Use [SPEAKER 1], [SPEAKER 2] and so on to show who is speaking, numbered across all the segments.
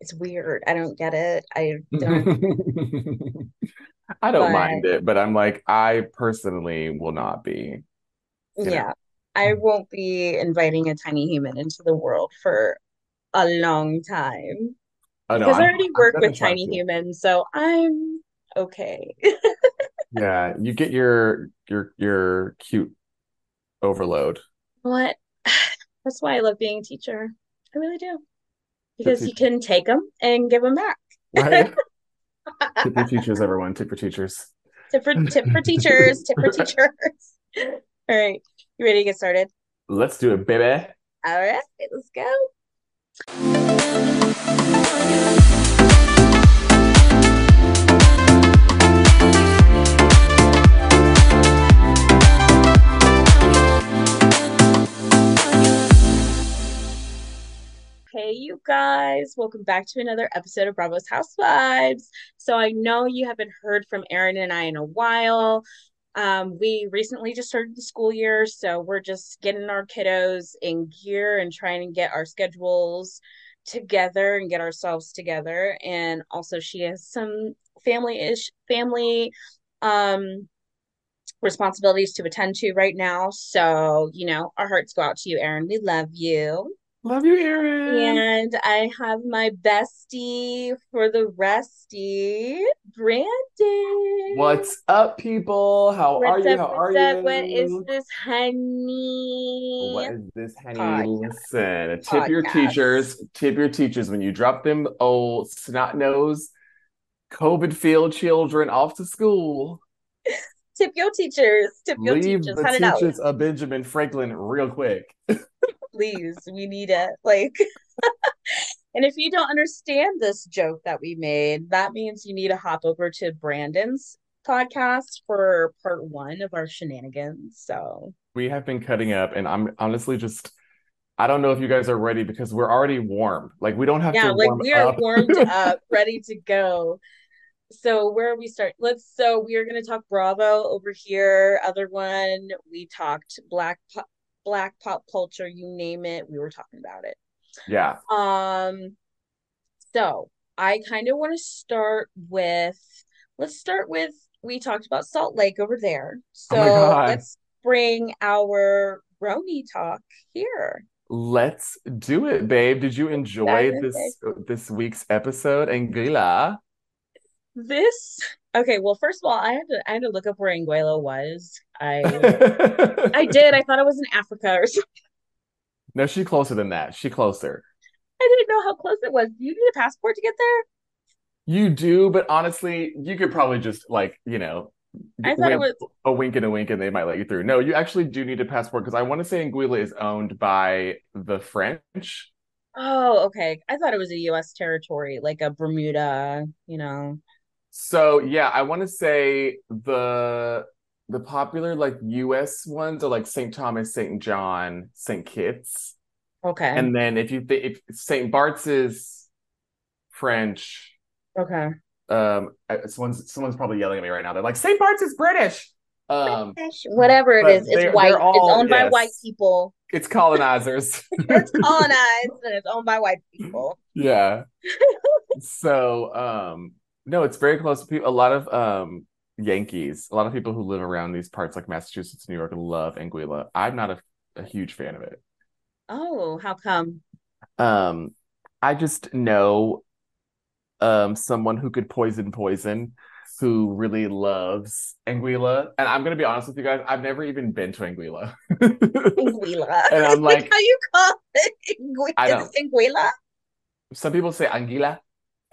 [SPEAKER 1] it's weird. I don't get it. I don't.
[SPEAKER 2] I
[SPEAKER 1] But-
[SPEAKER 2] don't mind it, but I'm like, I personally will not be. You know.
[SPEAKER 1] yeah, I won't be inviting a tiny human into the world for a long time
[SPEAKER 2] Oh, no,
[SPEAKER 1] because I
[SPEAKER 2] I'm-
[SPEAKER 1] already
[SPEAKER 2] I'm
[SPEAKER 1] work with
[SPEAKER 2] definitely
[SPEAKER 1] tiny
[SPEAKER 2] attracted.
[SPEAKER 1] humans, so I'm okay.
[SPEAKER 2] Yeah, you get your your your cute overload.
[SPEAKER 1] What? That's why I love being a teacher. I really do. Because you
[SPEAKER 2] teacher.
[SPEAKER 1] can take them and give them back.
[SPEAKER 2] Right? Tip your teachers, everyone. Tip your teachers.
[SPEAKER 1] Tip for tip for teachers, tip for teachers. All right. You ready to get started?
[SPEAKER 2] Let's do it, baby.
[SPEAKER 1] All right, let's go. Hey, you guys, welcome back to another episode of Bravo's Housewives. So, I know you haven't heard from Erin and I in a while. Um, we recently just started the school year, so we're just getting our kiddos in gear and trying to get our schedules together and get ourselves together. And also, she has some family ish family um responsibilities to attend to right now. So, you know, our hearts go out to you, Erin. We love you.
[SPEAKER 2] Love you, Erin.
[SPEAKER 1] And I have my bestie for the restie, Brandon.
[SPEAKER 2] What's up, people? How are
[SPEAKER 1] What's
[SPEAKER 2] you?
[SPEAKER 1] up?
[SPEAKER 2] How are
[SPEAKER 1] What's up? What is
[SPEAKER 2] you?
[SPEAKER 1] this, honey?
[SPEAKER 2] What is this, honey?
[SPEAKER 1] Podcast.
[SPEAKER 2] Listen, tip your
[SPEAKER 1] Podcast.
[SPEAKER 2] teachers, tip your teachers when you drop them old snot nose, COVID field children off to school.
[SPEAKER 1] Tip your teachers. Tip your
[SPEAKER 2] Leave
[SPEAKER 1] teachers.
[SPEAKER 2] the
[SPEAKER 1] Hundred dollars,
[SPEAKER 2] teachers of Benjamin Franklin real quick.
[SPEAKER 1] please. We need it. Like, and if you don't understand this joke that we made, that means you need to hop over to Brandon's podcast for part one of our shenanigans. So
[SPEAKER 2] We have been cutting up, and I'm honestly just I don't know if you guys are ready because we're already warm. Like we don't have
[SPEAKER 1] yeah,
[SPEAKER 2] to
[SPEAKER 1] like
[SPEAKER 2] warm
[SPEAKER 1] we are
[SPEAKER 2] up.
[SPEAKER 1] warmed up, ready to go. So where we start? Let's. So we are going to talk Bravo over here. Other one, we talked black pop, black pop culture. You name it, we were talking about it.
[SPEAKER 2] yeah.
[SPEAKER 1] Um, so I kind of want to start with let's start with we talked about Salt Lake over there.
[SPEAKER 2] Oh my
[SPEAKER 1] So
[SPEAKER 2] God.
[SPEAKER 1] let's bring our Roni talk here.
[SPEAKER 2] Let's do it, babe. Did you enjoy
[SPEAKER 1] Dive in,
[SPEAKER 2] this this week's episode, Anguilla?
[SPEAKER 1] This okay, well, first of all, I had to I had to look up where Anguilla was. I I
[SPEAKER 2] I
[SPEAKER 1] did. I thought it was in Africa or something.
[SPEAKER 2] No, she's closer than that. She closer.
[SPEAKER 1] I didn't know how close it was. Do you need a passport to get there?
[SPEAKER 2] You do, but honestly, you could probably just like, you know,
[SPEAKER 1] I thought it
[SPEAKER 2] wink-
[SPEAKER 1] was
[SPEAKER 2] a wink and a wink and they might let you through. No, you actually do need a passport because I want to say Anguilla is owned by the French.
[SPEAKER 1] oh, okay. I thought it was a US territory, like a Bermuda, you know.
[SPEAKER 2] So yeah, I want to say the the popular like US ones are like St. Thomas, St. John, St. Kitts.
[SPEAKER 1] Okay.
[SPEAKER 2] And then if you think if St. Bart's is French,
[SPEAKER 1] okay.
[SPEAKER 2] um I- someone's someone's probably yelling at me right now. They're like, St. Bart's is British. Um
[SPEAKER 1] Oh Whatever it
[SPEAKER 2] but
[SPEAKER 1] is,
[SPEAKER 2] they're-
[SPEAKER 1] it's white.
[SPEAKER 2] they're all-
[SPEAKER 1] it's owned by
[SPEAKER 2] yes.
[SPEAKER 1] white people.
[SPEAKER 2] it's colonizers.
[SPEAKER 1] It's colonized and it's owned by white people.
[SPEAKER 2] Yeah. So, um, no, it's very close. People, a lot of um Yankees, a lot of people who live around these parts like Massachusetts, New York, love Anguilla. I'm not a, a huge fan of it.
[SPEAKER 1] Oh, how come?
[SPEAKER 2] Um, I just know um someone who could poison poison who really loves Anguilla. And I'm gonna be honest with you guys, I've never even been to Anguilla.
[SPEAKER 1] Anguilla.
[SPEAKER 2] And I'm like-
[SPEAKER 1] how you call it? Angu-
[SPEAKER 2] I
[SPEAKER 1] is it Anguilla?
[SPEAKER 2] Some people say Anguilla,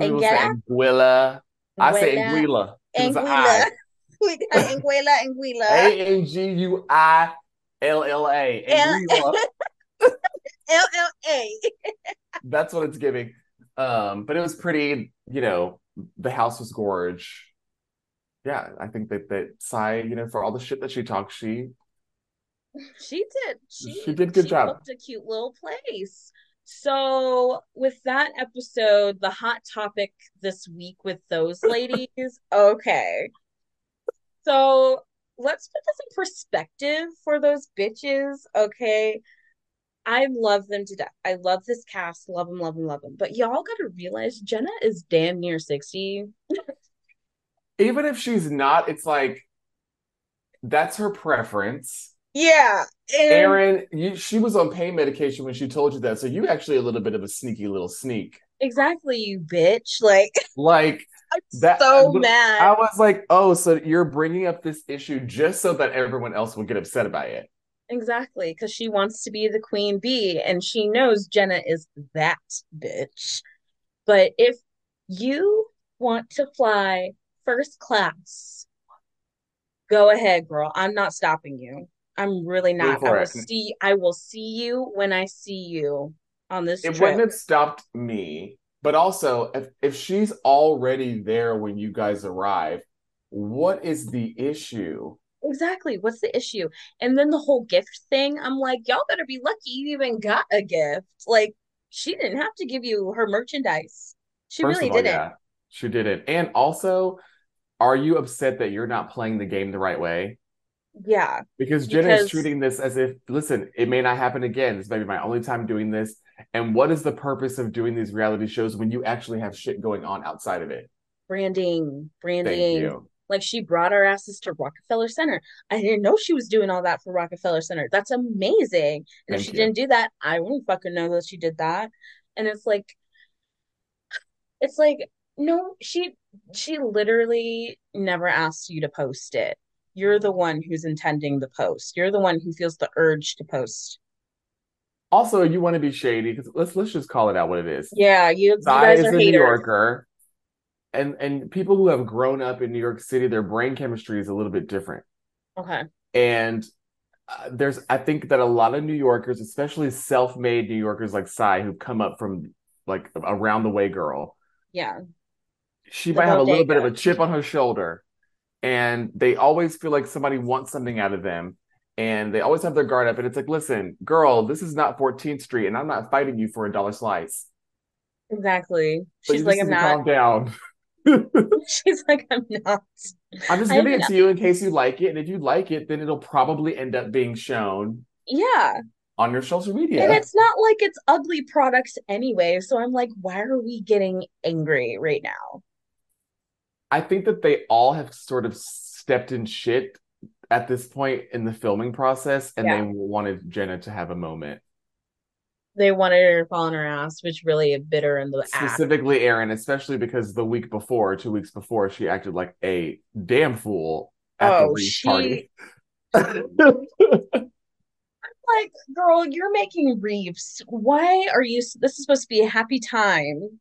[SPEAKER 2] some people say
[SPEAKER 1] Anguilla?
[SPEAKER 2] Anguilla. I say
[SPEAKER 1] Anguilla.
[SPEAKER 2] uh, Anguilla. 'cause it's a I.
[SPEAKER 1] Anguilla. We got Anguilla, Anguilla.
[SPEAKER 2] A N G U I L L A. And we love-
[SPEAKER 1] LLA.
[SPEAKER 2] That's what it's giving. Um, but it was pretty, you know, the house was gorge. Yeah, I think that that Sai, you know, for all the shit that she talked, she
[SPEAKER 1] She did. She,
[SPEAKER 2] She did good
[SPEAKER 1] she
[SPEAKER 2] job.
[SPEAKER 1] booked a cute little place. So with that episode, the hot topic this week with those ladies. okay. So let's put this in perspective for those bitches. Okay. I love them to death. I love this cast. Love them, love them, love them. But y'all got to realize Jenna is damn near 60.
[SPEAKER 2] Even if she's not, it's like that's her preference.
[SPEAKER 1] Yeah. And
[SPEAKER 2] Erin, you, she was on pain medication when she told you that. So you actually a little bit of a sneaky little sneak.
[SPEAKER 1] Exactly, you bitch. Like,
[SPEAKER 2] Like
[SPEAKER 1] I'm
[SPEAKER 2] That-
[SPEAKER 1] so
[SPEAKER 2] but
[SPEAKER 1] mad.
[SPEAKER 2] I was like, oh, so you're bringing up this issue just so that everyone else will get upset about it.
[SPEAKER 1] Exactly, because she wants to be the queen bee and she knows Jenna is that bitch. But if you want to fly first class, go ahead, girl. I'm not stopping you. I'm really not. I
[SPEAKER 2] for
[SPEAKER 1] will
[SPEAKER 2] it.
[SPEAKER 1] see I will see you when I see you on this
[SPEAKER 2] It
[SPEAKER 1] trip.
[SPEAKER 2] wouldn't have stopped me. But also, if, if she's already there when you guys arrive, what is the issue?
[SPEAKER 1] Exactly. What's the issue? And then the whole gift thing, I'm like, y'all better be lucky you even got a gift. Like, she didn't have to give you her merchandise. She really didn't.
[SPEAKER 2] she did it. And also, are you upset that you're not playing the game the right way?
[SPEAKER 1] yeah.
[SPEAKER 2] Because Jenna is
[SPEAKER 1] Because-
[SPEAKER 2] treating this as if, listen, it may not happen again. This may be my only time doing this. And what is the purpose of doing these reality shows when you actually have shit going on outside of it?
[SPEAKER 1] branding,
[SPEAKER 2] Thank
[SPEAKER 1] branding.
[SPEAKER 2] you.
[SPEAKER 1] Like she brought our asses to Rockefeller Center. I didn't know she was doing all that for Rockefeller Center. That's amazing. And if
[SPEAKER 2] Thank
[SPEAKER 1] she
[SPEAKER 2] you.
[SPEAKER 1] didn't do that, I wouldn't fucking know that she did that. And it's like, it's like, no, she she literally never asked you to post it. You're the one who's intending the post. You're the one who feels the urge to post.
[SPEAKER 2] Also, you want to be shady because let's let's just call it out what it is.
[SPEAKER 1] Yeah, you, you
[SPEAKER 2] I
[SPEAKER 1] guys
[SPEAKER 2] is a
[SPEAKER 1] are
[SPEAKER 2] New
[SPEAKER 1] haters.
[SPEAKER 2] Yorker, and and people who have grown up in New York City, their brain chemistry is a little bit different.
[SPEAKER 1] Okay.
[SPEAKER 2] And uh, there's, I think that a lot of New Yorkers, especially self-made New Yorkers like Sai, who've come up from like around the way girl,
[SPEAKER 1] Yeah.
[SPEAKER 2] she
[SPEAKER 1] The
[SPEAKER 2] might have a little bit
[SPEAKER 1] bodega.
[SPEAKER 2] of a chip on her shoulder, and they always feel like somebody wants something out of them. And they always have their guard up, and it's like, listen, girl, this is not 14th Street, and I'm not fighting you for a dollar slice.
[SPEAKER 1] Exactly.
[SPEAKER 2] So
[SPEAKER 1] She's
[SPEAKER 2] you
[SPEAKER 1] like, I'm
[SPEAKER 2] just need to
[SPEAKER 1] not.
[SPEAKER 2] Calm down.
[SPEAKER 1] She's like, I'm not.
[SPEAKER 2] I'm just
[SPEAKER 1] I
[SPEAKER 2] giving
[SPEAKER 1] have
[SPEAKER 2] it to you in case you like it. And if you like it, then it'll probably end up being shown
[SPEAKER 1] Yeah.
[SPEAKER 2] on your social
[SPEAKER 1] And
[SPEAKER 2] media.
[SPEAKER 1] it's not like it's ugly products anyway. So I'm like, why are we getting angry right now?
[SPEAKER 2] I think that they all have sort of stepped in shit at this point in the filming process, and
[SPEAKER 1] Yeah.
[SPEAKER 2] they wanted Jenna to have a moment.
[SPEAKER 1] They wanted her to fall on her ass, which really bit her in the ass.
[SPEAKER 2] Specifically, Aaron, especially because the week before, two weeks before, she acted like a damn fool at the
[SPEAKER 1] Oh,
[SPEAKER 2] Reese
[SPEAKER 1] she-
[SPEAKER 2] party.
[SPEAKER 1] Like, girl, you're making reefs. Why are you? This is supposed to be a happy time.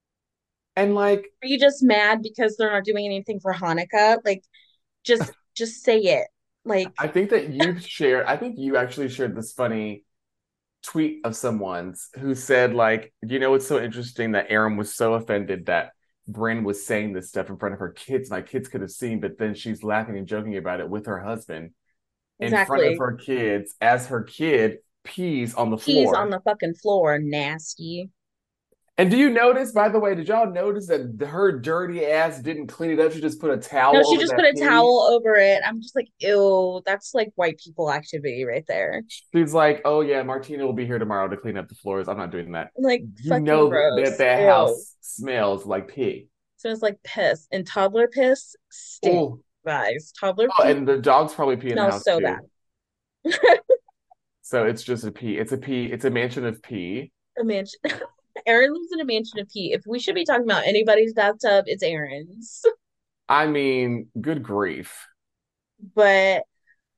[SPEAKER 2] and like,
[SPEAKER 1] Are you just mad because they're not doing anything for Hanukkah? Like, just just say it. Like,
[SPEAKER 2] I think that you shared, I think you actually shared this funny tweet of someone's who said, like, you know, it's so interesting that Erin was so offended that Bryn was saying this stuff in front of her kids. My kids could have seen, but then she's laughing and joking about it with her husband in front
[SPEAKER 1] exactly.
[SPEAKER 2] of her kids as her kid pees on the
[SPEAKER 1] She's
[SPEAKER 2] floor.
[SPEAKER 1] on the fucking floor, nasty.
[SPEAKER 2] and do you notice, by the way, did y'all notice that th- her dirty ass didn't clean it up? She just put a towel.
[SPEAKER 1] No, she
[SPEAKER 2] over
[SPEAKER 1] just
[SPEAKER 2] that
[SPEAKER 1] put a
[SPEAKER 2] pee.
[SPEAKER 1] towel over it. I'm just like, ew, that's like white people activity right there.
[SPEAKER 2] She's like, oh yeah, Martina will be here tomorrow to clean up the floors. I'm not doing that.
[SPEAKER 1] Like,
[SPEAKER 2] You
[SPEAKER 1] fucking
[SPEAKER 2] know
[SPEAKER 1] gross.
[SPEAKER 2] that that
[SPEAKER 1] Ew.
[SPEAKER 2] house smells like pee.
[SPEAKER 1] Smells like piss. And toddler piss stinks,
[SPEAKER 2] Ooh.
[SPEAKER 1] guys. Toddler
[SPEAKER 2] Oh,
[SPEAKER 1] pee
[SPEAKER 2] and the dogs probably pee in the
[SPEAKER 1] Smells
[SPEAKER 2] house
[SPEAKER 1] so
[SPEAKER 2] too.
[SPEAKER 1] bad.
[SPEAKER 2] so it's just a pee. It's a pee. It's a mansion of pee.
[SPEAKER 1] a mansion. Aaron lives in a mansion of pee. If we should be talking about anybody's bathtub, it's Aaron's.
[SPEAKER 2] I mean, good grief.
[SPEAKER 1] But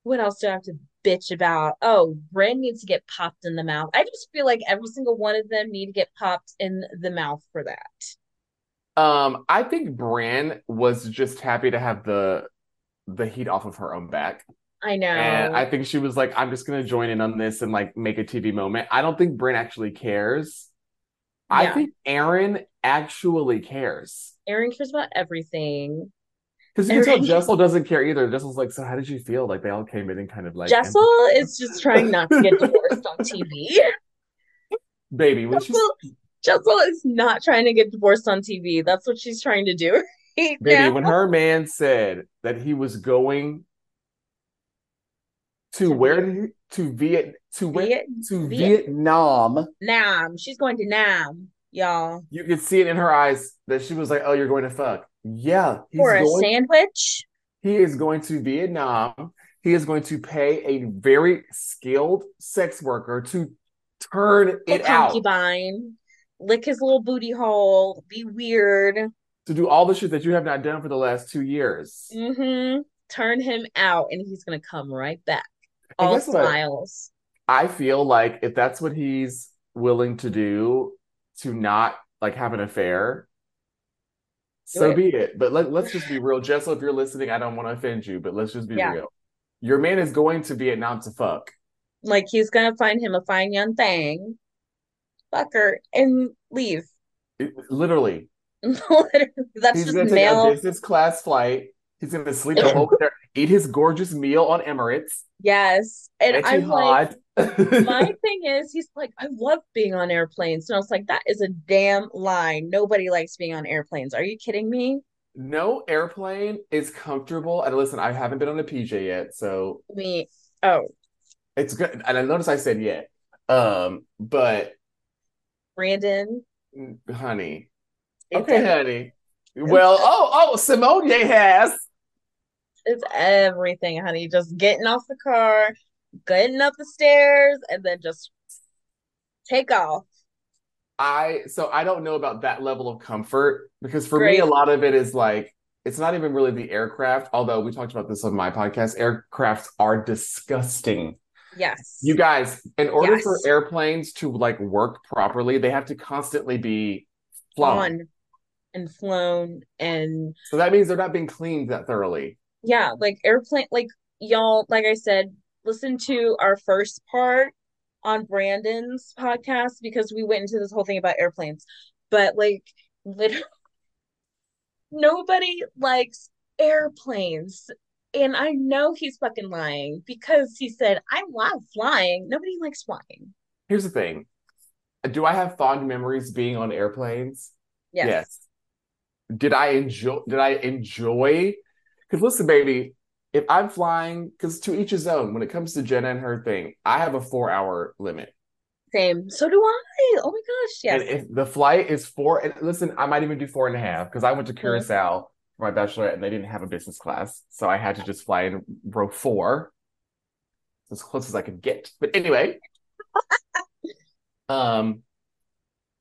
[SPEAKER 1] what else do I have to bitch about? Oh, Ren needs to get popped in the mouth. I just feel like every single one of them need to get popped in the mouth for that.
[SPEAKER 2] Um, I think Bran was just happy to have the the heat off of her own back.
[SPEAKER 1] I know.
[SPEAKER 2] And I think she was like, I'm just gonna join in on this and like make a TV moment. I don't think Bran actually cares. I
[SPEAKER 1] Yeah.
[SPEAKER 2] think Aaron actually cares.
[SPEAKER 1] Aaron cares about everything.
[SPEAKER 2] Because you can
[SPEAKER 1] Aaron-
[SPEAKER 2] tell Jessel doesn't care either. Jessel's like, so how did you feel? Like they all came in and kind of like
[SPEAKER 1] Jessel is just trying not to get divorced on TV.
[SPEAKER 2] baby when she's
[SPEAKER 1] Jessel, Jessel is not trying to get divorced on TV. That's what she's trying to do right
[SPEAKER 2] Baby,
[SPEAKER 1] now.
[SPEAKER 2] when her man said that he was going to, where did he, to Viet to where
[SPEAKER 1] Viet-
[SPEAKER 2] to
[SPEAKER 1] Viet-
[SPEAKER 2] Vietnam.
[SPEAKER 1] Nam. She's going to Nam, y'all.
[SPEAKER 2] You could see it in her eyes that she was like, "Oh, you're going to fuck." Yeah, he's
[SPEAKER 1] For a
[SPEAKER 2] going.
[SPEAKER 1] sandwich.
[SPEAKER 2] he is going to Vietnam. He is going to pay a very skilled sex worker to turn
[SPEAKER 1] a
[SPEAKER 2] it out
[SPEAKER 1] concubine. Lick his little booty hole. Be weird.
[SPEAKER 2] to do all the shit that you have not done for the last two years.
[SPEAKER 1] hmm Turn him out, and he's gonna come right back.
[SPEAKER 2] And
[SPEAKER 1] All
[SPEAKER 2] guess what?
[SPEAKER 1] smiles.
[SPEAKER 2] I feel like if that's what he's willing to do to not like have an affair,
[SPEAKER 1] Do
[SPEAKER 2] so
[SPEAKER 1] it.
[SPEAKER 2] be it. But let, let's just be real. Jessel, if you're listening, I don't want to offend you, but let's just be
[SPEAKER 1] Yeah.
[SPEAKER 2] real. Your man is going to Vietnam to fuck.
[SPEAKER 1] Like he's gonna find him a fine young thing, fuck her, and leave.
[SPEAKER 2] It- literally.
[SPEAKER 1] Literally, that's
[SPEAKER 2] he's
[SPEAKER 1] just
[SPEAKER 2] going to take a
[SPEAKER 1] male.
[SPEAKER 2] business class flight. He's going to sleep the whole way there, eat his gorgeous meal on Emirates.
[SPEAKER 1] Yes, and
[SPEAKER 2] Etihad.
[SPEAKER 1] I'm like, my thing is, he's like, I love being on airplanes, and I was like, that is a damn lie. Nobody likes being on airplanes. Are you kidding me?
[SPEAKER 2] no airplane is comfortable. And listen, I haven't been on a PJ yet, so
[SPEAKER 1] Me, oh,
[SPEAKER 2] It's good. And I noticed I said yet. Um, but
[SPEAKER 1] Brandon.
[SPEAKER 2] honey.
[SPEAKER 1] it's
[SPEAKER 2] Okay,
[SPEAKER 1] ev-
[SPEAKER 2] honey. Well, oh, oh, Simone has.
[SPEAKER 1] It's everything, honey. Just getting off the car, getting up the stairs, and then just take off.
[SPEAKER 2] I so I don't know about that level of comfort because for me,
[SPEAKER 1] Great.
[SPEAKER 2] a lot of it is like it's not even really the aircraft, although we talked about this on my podcast. Aircrafts are disgusting.
[SPEAKER 1] Yes.
[SPEAKER 2] You guys, in order for
[SPEAKER 1] Yes.
[SPEAKER 2] airplanes to like work properly, they have to constantly be flown.
[SPEAKER 1] flown and flown and
[SPEAKER 2] So that means they're not being cleaned that thoroughly.
[SPEAKER 1] yeah, like airplane like y'all, like I said, listen to our first part on Brandon's podcast because we went into this whole thing about airplanes. But like literally nobody likes airplanes. And I know he's fucking lying because he said, I love flying. Nobody likes flying.
[SPEAKER 2] Here's the thing. Do I have fond memories being on airplanes?
[SPEAKER 1] Yes.
[SPEAKER 2] Did I enjoy? Did I enjoy? Because listen, baby, if I'm flying, because to each his own. When it comes to Jenna and her thing, I have a four-hour limit,
[SPEAKER 1] Same. So do I. Oh my gosh. Yes.
[SPEAKER 2] and if the flight is four, and listen, I might even do four and a half because I went
[SPEAKER 1] Mm-hmm.
[SPEAKER 2] to Curacao for my bachelorette, and they didn't have a business class, so I had to just fly in row four, as close as I could get. But anyway, um.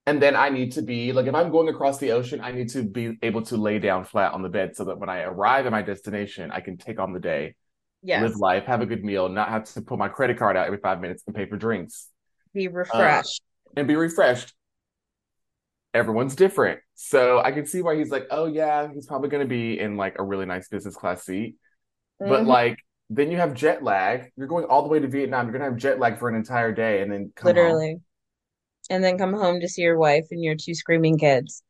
[SPEAKER 2] And then I need to be like, if I'm going across the ocean, I need to be able to lay down flat on the bed so that when I arrive at my destination, I can take on the day,
[SPEAKER 1] yes.
[SPEAKER 2] live life, have a good meal, not have to put my credit card out every five minutes and pay for drinks
[SPEAKER 1] Be
[SPEAKER 2] uh,
[SPEAKER 1] refreshed.
[SPEAKER 2] and be refreshed. Everyone's different. So I can see why he's like, oh, yeah, he's probably going to be in like a really nice business class seat. But
[SPEAKER 1] Mhm.
[SPEAKER 2] like, then you have jet lag. You're going all the way to Vietnam. You're going to have jet lag for an entire day and then come home.
[SPEAKER 1] literally. And then come home to see your wife and your two screaming kids.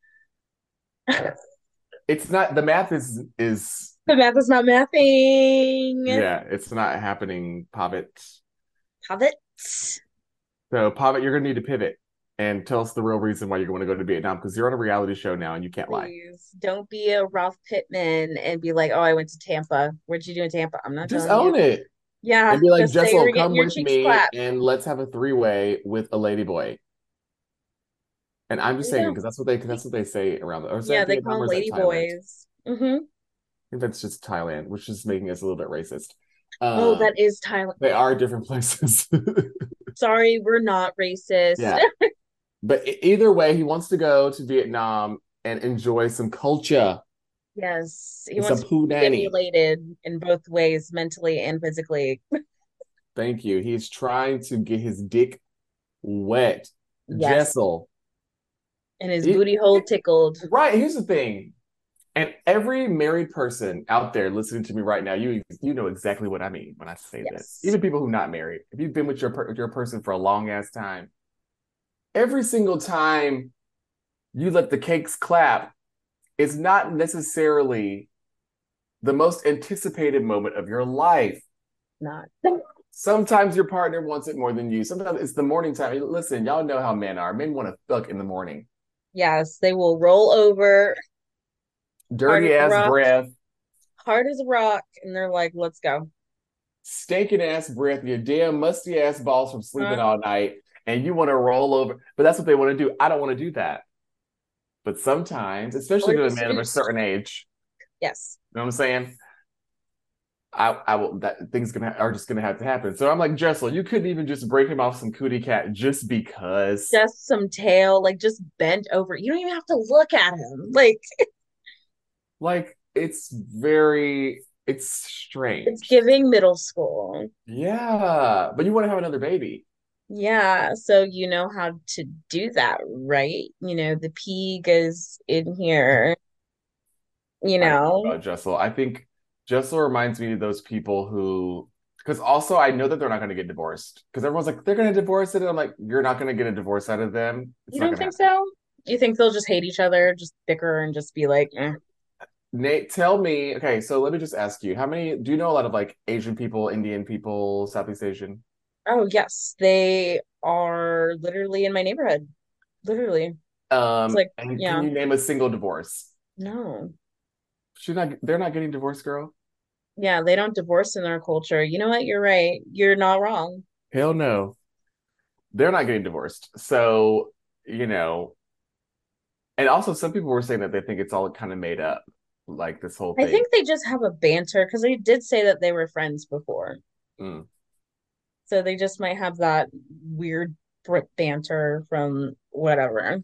[SPEAKER 2] It's not, the math is, is,
[SPEAKER 1] The math is not mathing.
[SPEAKER 2] yeah, it's not happening, Pavitt.
[SPEAKER 1] Have it.
[SPEAKER 2] So, Pavitt, you're going to need to pivot and tell us the real reason why you're going to go to Vietnam because you're on a reality show now and you can't lie.
[SPEAKER 1] Please don't be a Ralph Pittman and be like, "Oh, I went to Tampa. What'd you do in Tampa?" I'm not
[SPEAKER 2] Just
[SPEAKER 1] telling
[SPEAKER 2] own
[SPEAKER 1] you.
[SPEAKER 2] it
[SPEAKER 1] Yeah,
[SPEAKER 2] and be like,
[SPEAKER 1] just say you were
[SPEAKER 2] Jessel,
[SPEAKER 1] getting
[SPEAKER 2] come
[SPEAKER 1] your
[SPEAKER 2] with
[SPEAKER 1] cheeks
[SPEAKER 2] me
[SPEAKER 1] clapped.
[SPEAKER 2] and let's have a three way with a lady boy. And I'm just
[SPEAKER 1] There you
[SPEAKER 2] saying
[SPEAKER 1] go.
[SPEAKER 2] because that's what they that's what they say around the or is
[SPEAKER 1] Yeah,
[SPEAKER 2] that
[SPEAKER 1] they
[SPEAKER 2] Vietnam
[SPEAKER 1] call
[SPEAKER 2] or
[SPEAKER 1] them
[SPEAKER 2] is that
[SPEAKER 1] lady
[SPEAKER 2] Thailand?
[SPEAKER 1] boys. hmm
[SPEAKER 2] I think that's just Thailand, which is making us a little bit racist.
[SPEAKER 1] Oh,
[SPEAKER 2] Um,
[SPEAKER 1] that is Thailand.
[SPEAKER 2] they are different places.
[SPEAKER 1] Sorry, we're not racist.
[SPEAKER 2] Yeah. But e- either way, he wants to go to Vietnam and enjoy some culture,
[SPEAKER 1] Yes, he
[SPEAKER 2] and
[SPEAKER 1] wants
[SPEAKER 2] some
[SPEAKER 1] to be
[SPEAKER 2] punani.
[SPEAKER 1] stimulated in both ways, mentally and physically.
[SPEAKER 2] Thank you. He's trying to get his dick wet.
[SPEAKER 1] Yes,
[SPEAKER 2] Jessel.
[SPEAKER 1] and his
[SPEAKER 2] It-
[SPEAKER 1] booty hole tickled.
[SPEAKER 2] Right. Here's the thing. And every married person out there listening to me right now, you you know exactly what I mean when I say
[SPEAKER 1] Yes.
[SPEAKER 2] this. Even people who not married, if you've been with your per- with your person for a long ass time, every single time you let the cakes clap, it's not necessarily the most anticipated moment of your life.
[SPEAKER 1] Not.
[SPEAKER 2] Sometimes your partner wants it more than you. Sometimes it's the morning time. Listen, y'all know how men are. Men want to fuck in the morning.
[SPEAKER 1] Yes, they will roll over
[SPEAKER 2] Dirty
[SPEAKER 1] Hard
[SPEAKER 2] ass
[SPEAKER 1] rock.
[SPEAKER 2] breath.
[SPEAKER 1] hard as a rock, and they're like, "Let's go."
[SPEAKER 2] stinking ass breath, your damn musty ass balls from sleeping
[SPEAKER 1] Uh-huh.
[SPEAKER 2] all night, and you want to roll over. But that's what they want to do. I don't want to do that. But sometimes, especially
[SPEAKER 1] Or
[SPEAKER 2] to a man of a
[SPEAKER 1] just-
[SPEAKER 2] certain age,
[SPEAKER 1] Yes.
[SPEAKER 2] you know what I'm saying? I, I will that things gonna are just gonna have to happen. So I'm like Jessel, you couldn't even just break him off some cootie cat just because.
[SPEAKER 1] Just some tail, like just bent over. You don't even have to look at him. Like
[SPEAKER 2] like it's very it's strange.
[SPEAKER 1] it's giving middle school.
[SPEAKER 2] yeah, but you want to have another baby.
[SPEAKER 1] Yeah, so you know how to do that, right? You know, the pig is in here, you
[SPEAKER 2] I don't
[SPEAKER 1] know.
[SPEAKER 2] about Jessel. I think Jessel reminds me of those people who, because also I know that they're not going to get divorced because everyone's like, they're going to divorce it. And I'm like, you're not going to get a divorce out of them. It's
[SPEAKER 1] You
[SPEAKER 2] not
[SPEAKER 1] don't
[SPEAKER 2] gonna
[SPEAKER 1] think so? You think they'll just hate each other, just bicker and just be like, eh.
[SPEAKER 2] happen. Nate, tell me. Okay, so let me just ask you, how many do you know a lot of like Asian people, Indian people, Southeast Asian?
[SPEAKER 1] Oh, yes, they are literally in my neighborhood. Literally.
[SPEAKER 2] Um,
[SPEAKER 1] like,
[SPEAKER 2] and
[SPEAKER 1] yeah.
[SPEAKER 2] can you name a single divorce?
[SPEAKER 1] No.
[SPEAKER 2] She's not. They're not getting divorced, girl.
[SPEAKER 1] Yeah, they don't divorce in their culture. You know what? You're right. You're not wrong.
[SPEAKER 2] Hell no. They're not getting divorced. So, you know, and also some people were saying that they think it's all kind of made up, like this whole
[SPEAKER 1] I
[SPEAKER 2] thing.
[SPEAKER 1] think they just have a banter because they did say that they were friends before.
[SPEAKER 2] Mm.
[SPEAKER 1] So they just might have that weird Brit banter from whatever.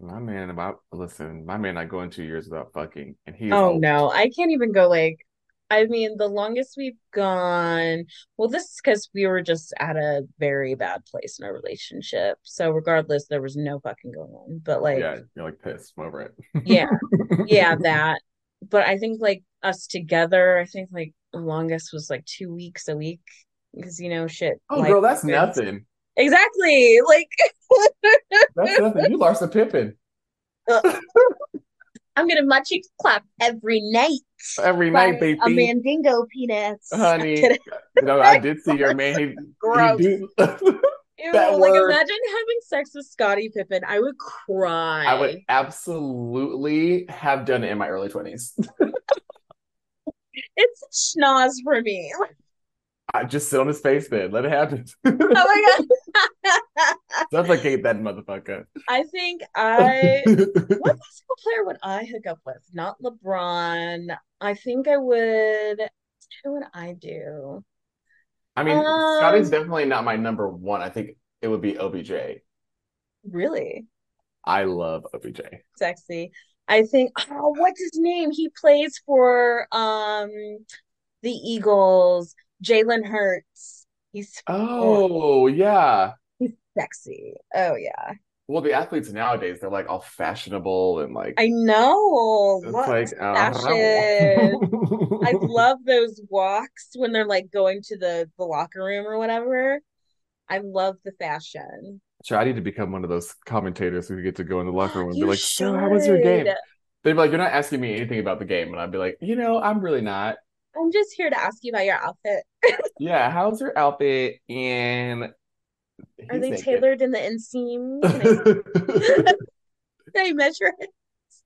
[SPEAKER 2] My man about listen, my man I go in two years without fucking and he's
[SPEAKER 1] Oh
[SPEAKER 2] old.
[SPEAKER 1] no, I can't even go like I mean the longest we've gone well this is because we were just at a very bad place in our relationship. So regardless there was no fucking going on. But like
[SPEAKER 2] Yeah, you're like pissed I'm over it.
[SPEAKER 1] yeah, yeah, that. But I think like us together, I think like the longest was like two weeks a week. Because you know shit.
[SPEAKER 2] Oh
[SPEAKER 1] life
[SPEAKER 2] girl, that's
[SPEAKER 1] happens.
[SPEAKER 2] nothing.
[SPEAKER 1] Exactly. Like
[SPEAKER 2] That's nothing. You Larsa Pippen
[SPEAKER 1] I'm gonna my cheeks clap every night.
[SPEAKER 2] every night,
[SPEAKER 1] by
[SPEAKER 2] baby.
[SPEAKER 1] a mandingo penis.
[SPEAKER 2] Honey.
[SPEAKER 1] Kidding.
[SPEAKER 2] You know, I did see your man. He, he
[SPEAKER 1] Gross.
[SPEAKER 2] do-
[SPEAKER 1] Ew,
[SPEAKER 2] That
[SPEAKER 1] like
[SPEAKER 2] word.
[SPEAKER 1] imagine having sex with Scottie Pippen. I would cry.
[SPEAKER 2] I would absolutely have done it in my early twenties.
[SPEAKER 1] It's schnoz for me.
[SPEAKER 2] I just sit on his face bed, let it happen.
[SPEAKER 1] Oh my god.
[SPEAKER 2] Suffocate that motherfucker.
[SPEAKER 1] I think I what basketball player would I hook up with? Not LeBron. I think I would who would I do?
[SPEAKER 2] I mean,
[SPEAKER 1] Um,
[SPEAKER 2] Scotty's definitely not my number one. I think it would be OBJ.
[SPEAKER 1] Really?
[SPEAKER 2] I love OBJ.
[SPEAKER 1] Sexy. I think oh, what's his name? He plays for um the Eagles, Jalen Hurts. He's
[SPEAKER 2] Oh yeah.
[SPEAKER 1] sexy. Oh yeah.
[SPEAKER 2] Well, the athletes nowadays they're like all fashionable and like
[SPEAKER 1] I know.
[SPEAKER 2] it's
[SPEAKER 1] What?
[SPEAKER 2] like uh,
[SPEAKER 1] fashion. I
[SPEAKER 2] I
[SPEAKER 1] love those walks when they're like going to the the locker room or whatever. I love the fashion.
[SPEAKER 2] Sure, I need to become one of those commentators who get to go in the locker room and
[SPEAKER 1] You
[SPEAKER 2] be like, "So, how was your game?"
[SPEAKER 1] should.
[SPEAKER 2] They'd be like, "You're not asking me anything about the game," and I'd be like, "You know, I'm really not.
[SPEAKER 1] I'm just here to ask you about your outfit.
[SPEAKER 2] Yeah, how's your outfit?" And
[SPEAKER 1] Are they
[SPEAKER 2] he's naked.
[SPEAKER 1] tailored in the inseam? Can I, can I measure it?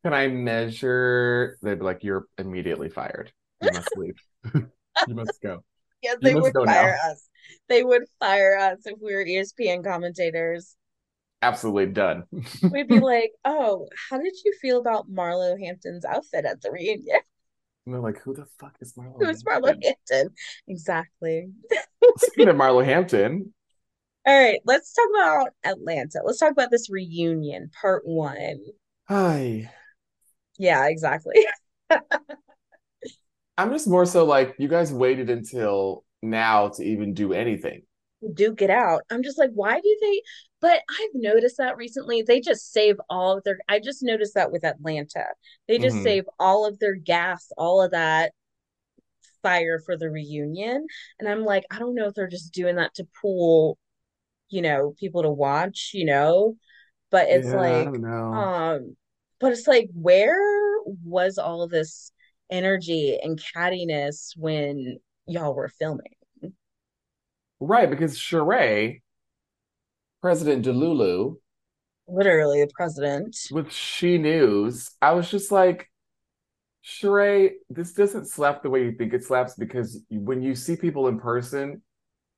[SPEAKER 2] Can I measure? They'd be like, "You're immediately fired. You must leave. you must go."
[SPEAKER 1] Yes,
[SPEAKER 2] You
[SPEAKER 1] they
[SPEAKER 2] must
[SPEAKER 1] would
[SPEAKER 2] go now.
[SPEAKER 1] fire us. They would fire us if we were E ESPN commentators.
[SPEAKER 2] Absolutely done.
[SPEAKER 1] We'd be like, "Oh, how did you feel about Marlo Hampton's outfit at the reunion?"
[SPEAKER 2] And they're like, who the fuck is Marlo?
[SPEAKER 1] Who's Marlo Hampton? Exactly.
[SPEAKER 2] Speaking of Marlo Hampton,
[SPEAKER 1] All right, let's talk about Atlanta. Let's talk about this reunion, part one.
[SPEAKER 2] hi.
[SPEAKER 1] Yeah, exactly.
[SPEAKER 2] I'm just more so like, you guys waited until now to even do anything.
[SPEAKER 1] Duke it out. I'm just like, why do they? But I've noticed that recently. They just save all of their. I just noticed that with Atlanta. They just
[SPEAKER 2] Mhm.
[SPEAKER 1] save all of their gas, all of that fire for the reunion. And I'm like, I don't know if they're just doing that to pull, you know, people to watch, you know, but it's
[SPEAKER 2] Yeah, I
[SPEAKER 1] like,
[SPEAKER 2] don't know.
[SPEAKER 1] Um, but it's like, where was all this energy and cattiness when y'all were filming?
[SPEAKER 2] Right, because Sheree, President DeLulu,
[SPEAKER 1] Literally, the president.
[SPEAKER 2] with She News, I was just like, Sheree, this doesn't slap the way you think it slaps because when you see people in person,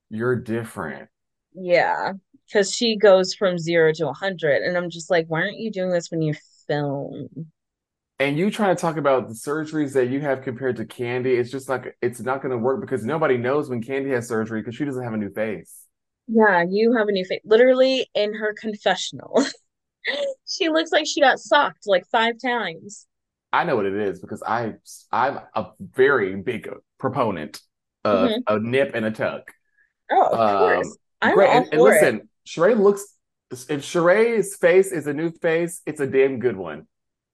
[SPEAKER 2] you're different.
[SPEAKER 1] Yeah, because she goes from zero to 100. And I'm just like, why aren't you doing this when you film?
[SPEAKER 2] And you trying to talk about the surgeries that you have compared to Candy, it's just like, it's not going to work because nobody knows when Candy has surgery because she doesn't have a new face.
[SPEAKER 1] Yeah, you have a new face. Literally in her confessional, she looks like she got socked like five times.
[SPEAKER 2] I know what it is because I I'm a very big proponent of mm-hmm. a nip and a tuck.
[SPEAKER 1] Oh, of um, course. I'm
[SPEAKER 2] great. And, and, listen, it. Sheree looks. If Sheree's face is a new face, it's a damn good one.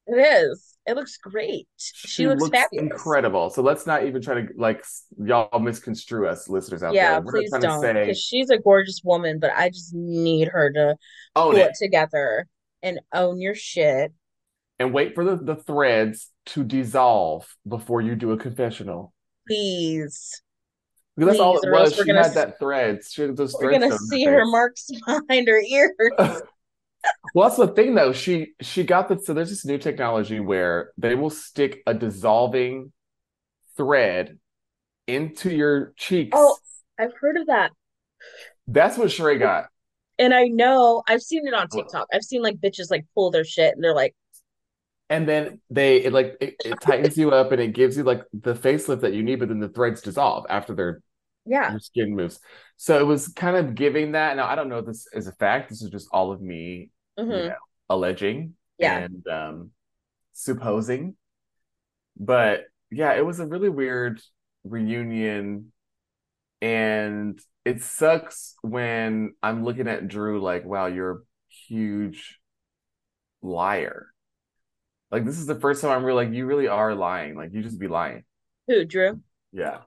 [SPEAKER 1] It is. It looks great. She, she looks, looks fabulous.
[SPEAKER 2] Incredible. So let's not even try to like y'all misconstrue us listeners out
[SPEAKER 1] yeah,
[SPEAKER 2] there.
[SPEAKER 1] We're please don't. Say... She's a gorgeous woman, but I just need her to own it. it together and own your shit.
[SPEAKER 2] And wait for the, the threads to dissolve before you do a confessional.
[SPEAKER 1] Please.
[SPEAKER 2] Because that's all it was. She had that threads. She had those
[SPEAKER 1] we're
[SPEAKER 2] threads.
[SPEAKER 1] We're gonna see her, her marks behind her ears.
[SPEAKER 2] well, that's the thing though. She she got the so there's this new technology where they will stick a dissolving thread into your cheeks.
[SPEAKER 1] Oh, I've heard of that.
[SPEAKER 2] That's what Sheree got.
[SPEAKER 1] And I know I've seen it on TikTok. I've seen like bitches like pull their shit and they're like,
[SPEAKER 2] and then they it like it, it tightens you up and it gives you like the facelift that you need but then the threads dissolve after their
[SPEAKER 1] yeah
[SPEAKER 2] your skin moves so it was kind of giving that now i don't know if this is a fact this is just all of me mm-hmm. you know, alleging
[SPEAKER 1] yeah.
[SPEAKER 2] and um supposing but yeah it was a really weird reunion and it sucks when i'm looking at drew like wow you're a huge liar like this is the first time I'm really like you really are lying. Like you just be lying.
[SPEAKER 1] Who, Drew?
[SPEAKER 2] Yeah.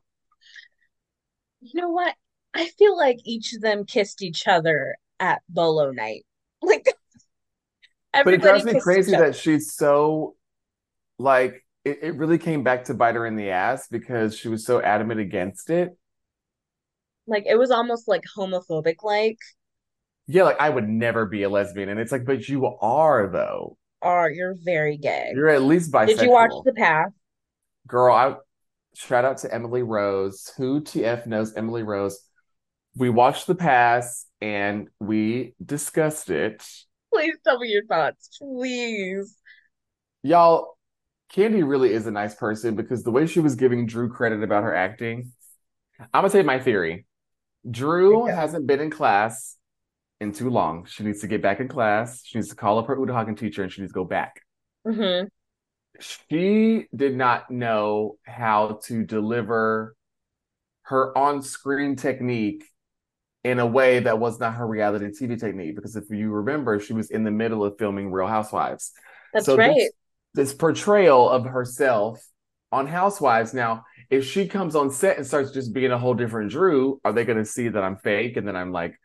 [SPEAKER 1] You know what? I feel like each of them kissed each other at bolo night. Like
[SPEAKER 2] But it drives me crazy that she's so like it, it really came back to bite her in the ass because she was so adamant against it.
[SPEAKER 1] Like it was almost like homophobic like.
[SPEAKER 2] Yeah, like I would never be a lesbian. And it's like, but you are though
[SPEAKER 1] are "Oh, you're very gay.
[SPEAKER 2] You're at least bisexual.
[SPEAKER 1] Did you watch The Path?
[SPEAKER 2] Girl, I shout out to Emily Rose. Who TF knows Emily Rose? We watched The Pass and we discussed it.
[SPEAKER 1] Please tell me your thoughts, please.
[SPEAKER 2] Y'all, Candy really is a nice person because the way she was giving Drew credit about her acting, I'm gonna say my theory. Drew hasn't been in class in too long. She needs to get back in class. She needs to call up her Udahagen teacher and she needs to go back.
[SPEAKER 1] Mm-hmm.
[SPEAKER 2] She did not know how to deliver her on screen technique in a way that was not her reality TV technique. Because if you remember, she was in the middle of filming Real Housewives.
[SPEAKER 1] That's so right.
[SPEAKER 2] This, this portrayal of herself on Housewives. Now, if she comes on set and starts just being a whole different Drew, are they going to see that I'm fake and then I'm like,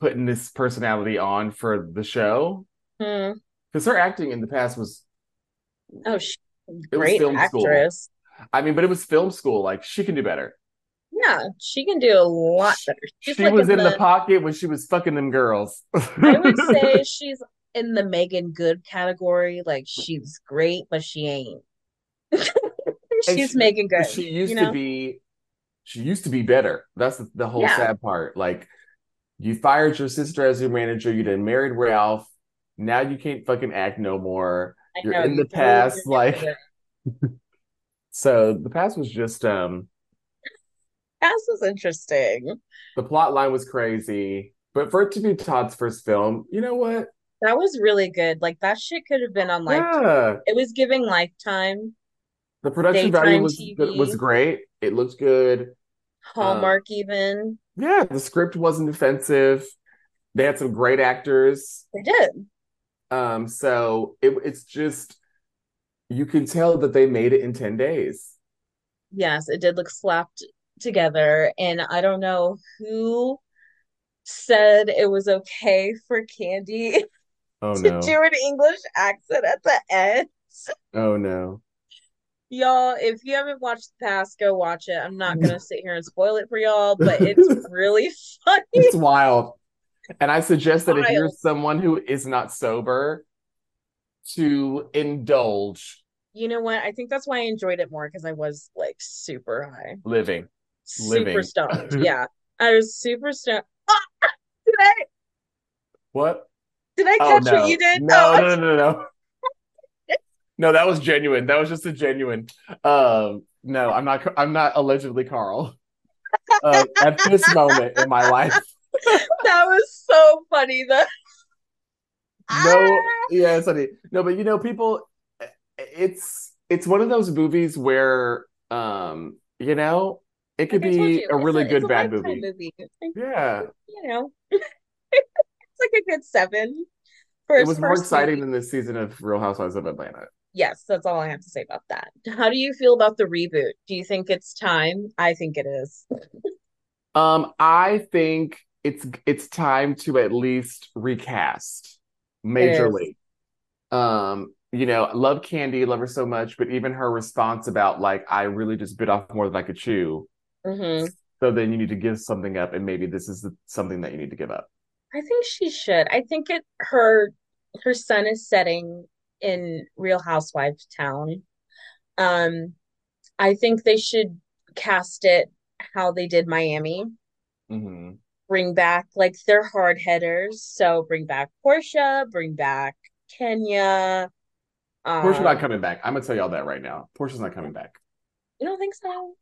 [SPEAKER 2] putting this personality on for the show
[SPEAKER 1] because
[SPEAKER 2] mm. her acting in the past was
[SPEAKER 1] Mm-hmm. oh she, great actress
[SPEAKER 2] school. i mean but it was film school like she can do better
[SPEAKER 1] yeah she can do a lot better
[SPEAKER 2] she's she like was in the, the, pocket when she was fucking them girls
[SPEAKER 1] i would say she's in the megan good category like she's great but she ain't she's she, making good
[SPEAKER 2] she used you know? to be she used to be better that's the, the whole yeah. sad part like you fired your sister as your manager. You then married Ralph. Now you can't fucking act no more. I you're know, in the past, like. so the past was just um.
[SPEAKER 1] Past was interesting.
[SPEAKER 2] The plot line was crazy, but for it to be Todd's first film, you know what?
[SPEAKER 1] That was really good. Like that shit could have been on like yeah. It was giving Lifetime.
[SPEAKER 2] The production value was TV. was great. It looked good. Uh.
[SPEAKER 1] Hallmark um, even.
[SPEAKER 2] Yeah, the script wasn't offensive. They had some great actors.
[SPEAKER 1] They did.
[SPEAKER 2] Um, so it, it's just you can tell that they made it in ten days.
[SPEAKER 1] Yes, it did look slapped together, and I don't know who said it was okay for Candy
[SPEAKER 2] oh,
[SPEAKER 1] to
[SPEAKER 2] no.
[SPEAKER 1] do an English accent at the end.
[SPEAKER 2] Oh no
[SPEAKER 1] y'all if you haven't watched the past go watch it i'm not gonna sit here and spoil it for y'all but it's really funny
[SPEAKER 2] it's wild and i suggest that wild. if you're someone who is not sober to indulge
[SPEAKER 1] you know what? I think that's why I enjoyed it more because I was like super high,
[SPEAKER 2] Living.
[SPEAKER 1] super
[SPEAKER 2] Living.
[SPEAKER 1] stoned. yeah, I was super stoned. Ah, did I
[SPEAKER 2] What?
[SPEAKER 1] did I
[SPEAKER 2] Oh
[SPEAKER 1] catch
[SPEAKER 2] no.
[SPEAKER 1] what you did?
[SPEAKER 2] No,
[SPEAKER 1] Oh,
[SPEAKER 2] no, no, no, no. No, that was genuine. That was just a genuine. Um, no, I'm not. I'm not allegedly Carl. Um, at this moment in my life,
[SPEAKER 1] Oh, that was so funny. though. Ah,
[SPEAKER 2] no yeah it's funny no but you know people it's it's one of those movies where um you know it could
[SPEAKER 1] Like I told
[SPEAKER 2] be
[SPEAKER 1] you,
[SPEAKER 2] a
[SPEAKER 1] it's
[SPEAKER 2] really
[SPEAKER 1] it's
[SPEAKER 2] good
[SPEAKER 1] a
[SPEAKER 2] bad
[SPEAKER 1] lifetime
[SPEAKER 2] movie yeah
[SPEAKER 1] You know, it's like a good seven. For
[SPEAKER 2] it
[SPEAKER 1] his
[SPEAKER 2] was more
[SPEAKER 1] first
[SPEAKER 2] exciting
[SPEAKER 1] movie.
[SPEAKER 2] than the season of real housewives of atlanta
[SPEAKER 1] Yes, that's all I have to say about that. How do you feel about the reboot? Do you think it's time? I think it is.
[SPEAKER 2] um i think it's it's time to at least recast majorly um you know I love candy love her so much but even her response about like i really just bit off more than i could chew
[SPEAKER 1] hmm
[SPEAKER 2] so then you need to give something up and maybe this is the, something that you need to give up
[SPEAKER 1] I think she should. I think it her her son is setting in Real Housewives town. Um, I think they should cast it how they did Miami.
[SPEAKER 2] hmm
[SPEAKER 1] Bring back like they're hard hitters, so bring back Portia, bring back Kenya. Um,
[SPEAKER 2] Portia's not coming back. I'm gonna tell y'all that right now. Portia's not coming back.
[SPEAKER 1] you don't think so?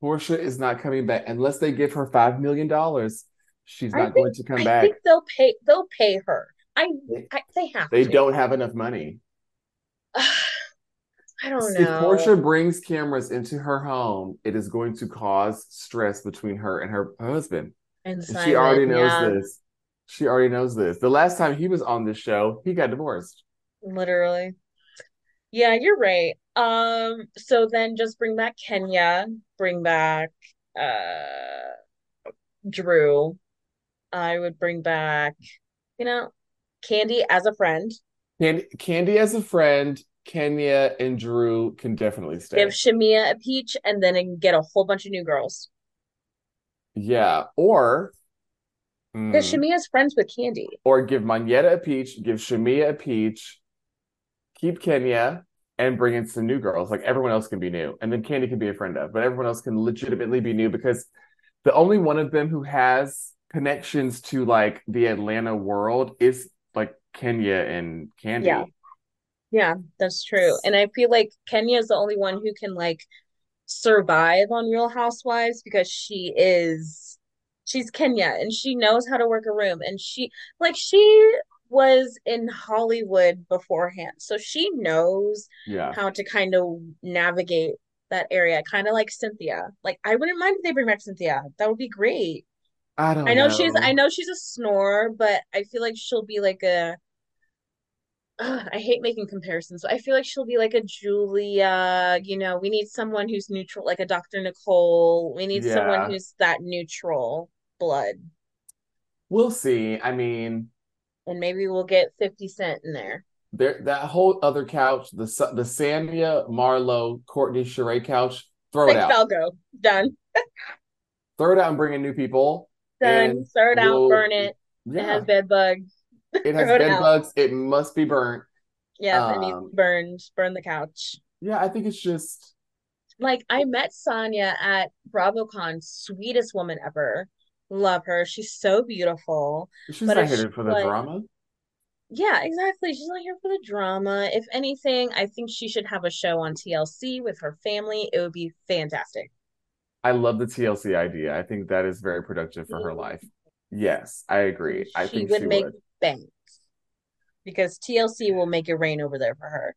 [SPEAKER 2] Portia is not coming back unless they give her five million dollars. She's
[SPEAKER 1] I
[SPEAKER 2] not
[SPEAKER 1] think-
[SPEAKER 2] going to come
[SPEAKER 1] I
[SPEAKER 2] back.
[SPEAKER 1] think they'll pay. They'll pay her. I,
[SPEAKER 2] They-
[SPEAKER 1] I they have.
[SPEAKER 2] They
[SPEAKER 1] to.
[SPEAKER 2] don't have enough money.
[SPEAKER 1] I don't
[SPEAKER 2] If
[SPEAKER 1] know.
[SPEAKER 2] Portia brings cameras into her home, it is going to cause stress between her and her husband.
[SPEAKER 1] and
[SPEAKER 2] And she
[SPEAKER 1] Simon,
[SPEAKER 2] already knows
[SPEAKER 1] yeah,
[SPEAKER 2] this. She already knows this. The last time he was on this show, he got divorced.
[SPEAKER 1] literally. Yeah, you're right. Um, so then just bring back Kenya, bring back uh Drew. I would bring back, you know, Candy as a friend.
[SPEAKER 2] Candy, Candy as a friend, Kenya and Drew can definitely stay.
[SPEAKER 1] Give Shamia a peach and then get a whole bunch of new girls.
[SPEAKER 2] yeah, or
[SPEAKER 1] Because
[SPEAKER 2] Mm.
[SPEAKER 1] Shamia's friends with Candy.
[SPEAKER 2] or give Manetta a peach, give Shamia a peach, keep Kenya, and bring in some new girls. Like everyone else can be new, and then Candy can be a friend of, but everyone else can legitimately be new because the only one of them who has connections to like the Atlanta world is like Kenya and Candy.
[SPEAKER 1] Yeah. Yeah, that's true. And I feel like Kenya is the only one who can like survive on Real Housewives because she is she's Kenya and she knows how to work a room and she like she was in Hollywood beforehand. So she knows
[SPEAKER 2] Yeah.
[SPEAKER 1] how to kind of navigate that area, kind of like Cynthia. Like I wouldn't mind if they bring back Cynthia. That would be great.
[SPEAKER 2] I don't
[SPEAKER 1] I know she's I know she's a snore, but I feel like she'll be like a Ugh, I hate making comparisons, but I feel like she'll be like a Julia. You know, we need someone who's neutral, like a Dr. Nicole. We need someone
[SPEAKER 2] Yeah.
[SPEAKER 1] who's that neutral blood.
[SPEAKER 2] We'll see. I mean,
[SPEAKER 1] And maybe we'll get 50 Cent in there.
[SPEAKER 2] there that whole other couch, the Sa- the Samia, Marlo, Courtney, Sheree couch, throw it
[SPEAKER 1] Like
[SPEAKER 2] out.
[SPEAKER 1] Falco. Done.
[SPEAKER 2] Throw it out and bring in new people.
[SPEAKER 1] Done.
[SPEAKER 2] And
[SPEAKER 1] Throw it out,
[SPEAKER 2] we'll-
[SPEAKER 1] burn it.
[SPEAKER 2] Yeah.
[SPEAKER 1] It has bed bug.
[SPEAKER 2] It has
[SPEAKER 1] Throw it
[SPEAKER 2] bed
[SPEAKER 1] out.
[SPEAKER 2] bugs. It must be burnt.
[SPEAKER 1] Yes, it needs
[SPEAKER 2] Um,
[SPEAKER 1] burned. Burn the couch.
[SPEAKER 2] yeah, I think it's just
[SPEAKER 1] Like I met Sonia at BravoCon, sweetest woman ever. Love her. She's so beautiful.
[SPEAKER 2] she's
[SPEAKER 1] But
[SPEAKER 2] not
[SPEAKER 1] if
[SPEAKER 2] here
[SPEAKER 1] she
[SPEAKER 2] for the
[SPEAKER 1] was
[SPEAKER 2] drama.
[SPEAKER 1] Yeah, exactly. She's not here for the drama. If anything, I think she should have a show on TLC with her family. It would be fantastic.
[SPEAKER 2] I love the TLC idea. I think that is very productive for her life. Yes, I agree. I
[SPEAKER 1] Mm-hmm. She
[SPEAKER 2] think
[SPEAKER 1] would
[SPEAKER 2] she
[SPEAKER 1] make
[SPEAKER 2] would.
[SPEAKER 1] bank because TLC will make it rain over there for her.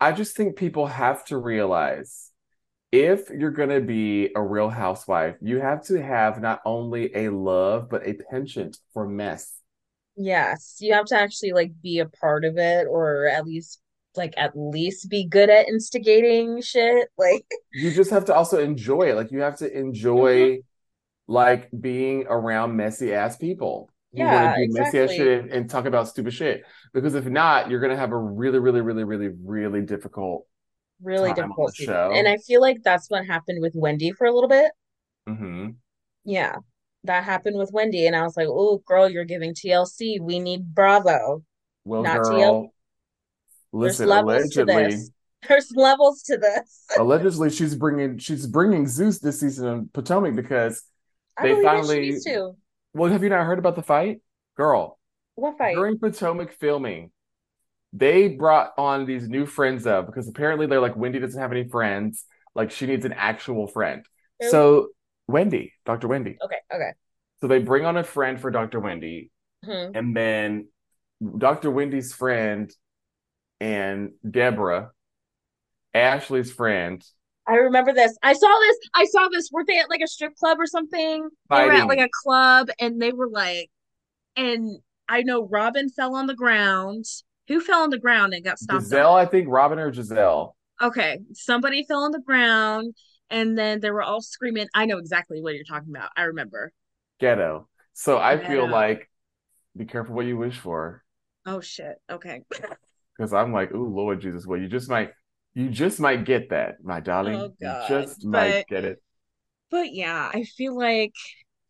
[SPEAKER 2] I just think people have to realize if you're going to be a real housewife, you have to have not only a love, but a penchant for mess.
[SPEAKER 1] Yes, you have to actually like be a part of it or at least like at least be good at instigating shit. Like
[SPEAKER 2] You just have to also enjoy it. Like, you have to enjoy.
[SPEAKER 1] Mm-hmm.
[SPEAKER 2] like being around messy ass people who want
[SPEAKER 1] Yeah,
[SPEAKER 2] to do messy ass
[SPEAKER 1] exactly.
[SPEAKER 2] shit and, and talk about stupid shit. Because if not, you're gonna have a really, really, really, really, really difficult
[SPEAKER 1] Really
[SPEAKER 2] time on the
[SPEAKER 1] difficult season. And
[SPEAKER 2] show.
[SPEAKER 1] I feel like that's what happened with Wendy for a little bit. Mm-hmm.
[SPEAKER 2] hmm
[SPEAKER 1] Yeah, that happened with Wendy, and I was like, "Oh, girl, you're giving TLC. We need Bravo,
[SPEAKER 2] Well,
[SPEAKER 1] not TL.
[SPEAKER 2] girl,
[SPEAKER 1] There's
[SPEAKER 2] listen.
[SPEAKER 1] levels to
[SPEAKER 2] Allegedly,
[SPEAKER 1] this." there's levels to this.
[SPEAKER 2] Allegedly, she's bringing she's bringing Zeus this season in Potomac because
[SPEAKER 1] I
[SPEAKER 2] They
[SPEAKER 1] believe
[SPEAKER 2] finally-
[SPEAKER 1] it should be too.
[SPEAKER 2] well, have you not heard about the fight, girl?
[SPEAKER 1] What fight?
[SPEAKER 2] during Potomac filming, they brought on these new friends of because apparently they're like Wendy doesn't have any friends, like she needs an actual friend.
[SPEAKER 1] Who?
[SPEAKER 2] So Wendy, Dr. Wendy.
[SPEAKER 1] Okay, okay.
[SPEAKER 2] So they bring on a friend for Dr. Wendy,
[SPEAKER 1] Mhm.
[SPEAKER 2] and then Dr. Wendy's friend and Deborah, Ashley's friend,
[SPEAKER 1] I remember this. I saw this. I saw this. Were they at like a strip club or something? They were
[SPEAKER 2] Fighting.
[SPEAKER 1] at like a club and they were like, and I know Robin fell on the ground. Who fell on the ground and got stomped? on?
[SPEAKER 2] Giselle, I think Robin or Giselle.
[SPEAKER 1] Okay, somebody fell on the ground, and then they were all screaming. I know exactly what you're talking about. I remember.
[SPEAKER 2] Ghetto. So I
[SPEAKER 1] Ghetto.
[SPEAKER 2] feel like be careful what you wish for.
[SPEAKER 1] Oh shit. Okay.
[SPEAKER 2] because I'm like, oh Lord Jesus, well, you just might, you just might get that, my darling.
[SPEAKER 1] Oh, God.
[SPEAKER 2] You just might
[SPEAKER 1] But-
[SPEAKER 2] get it.
[SPEAKER 1] But yeah, I feel like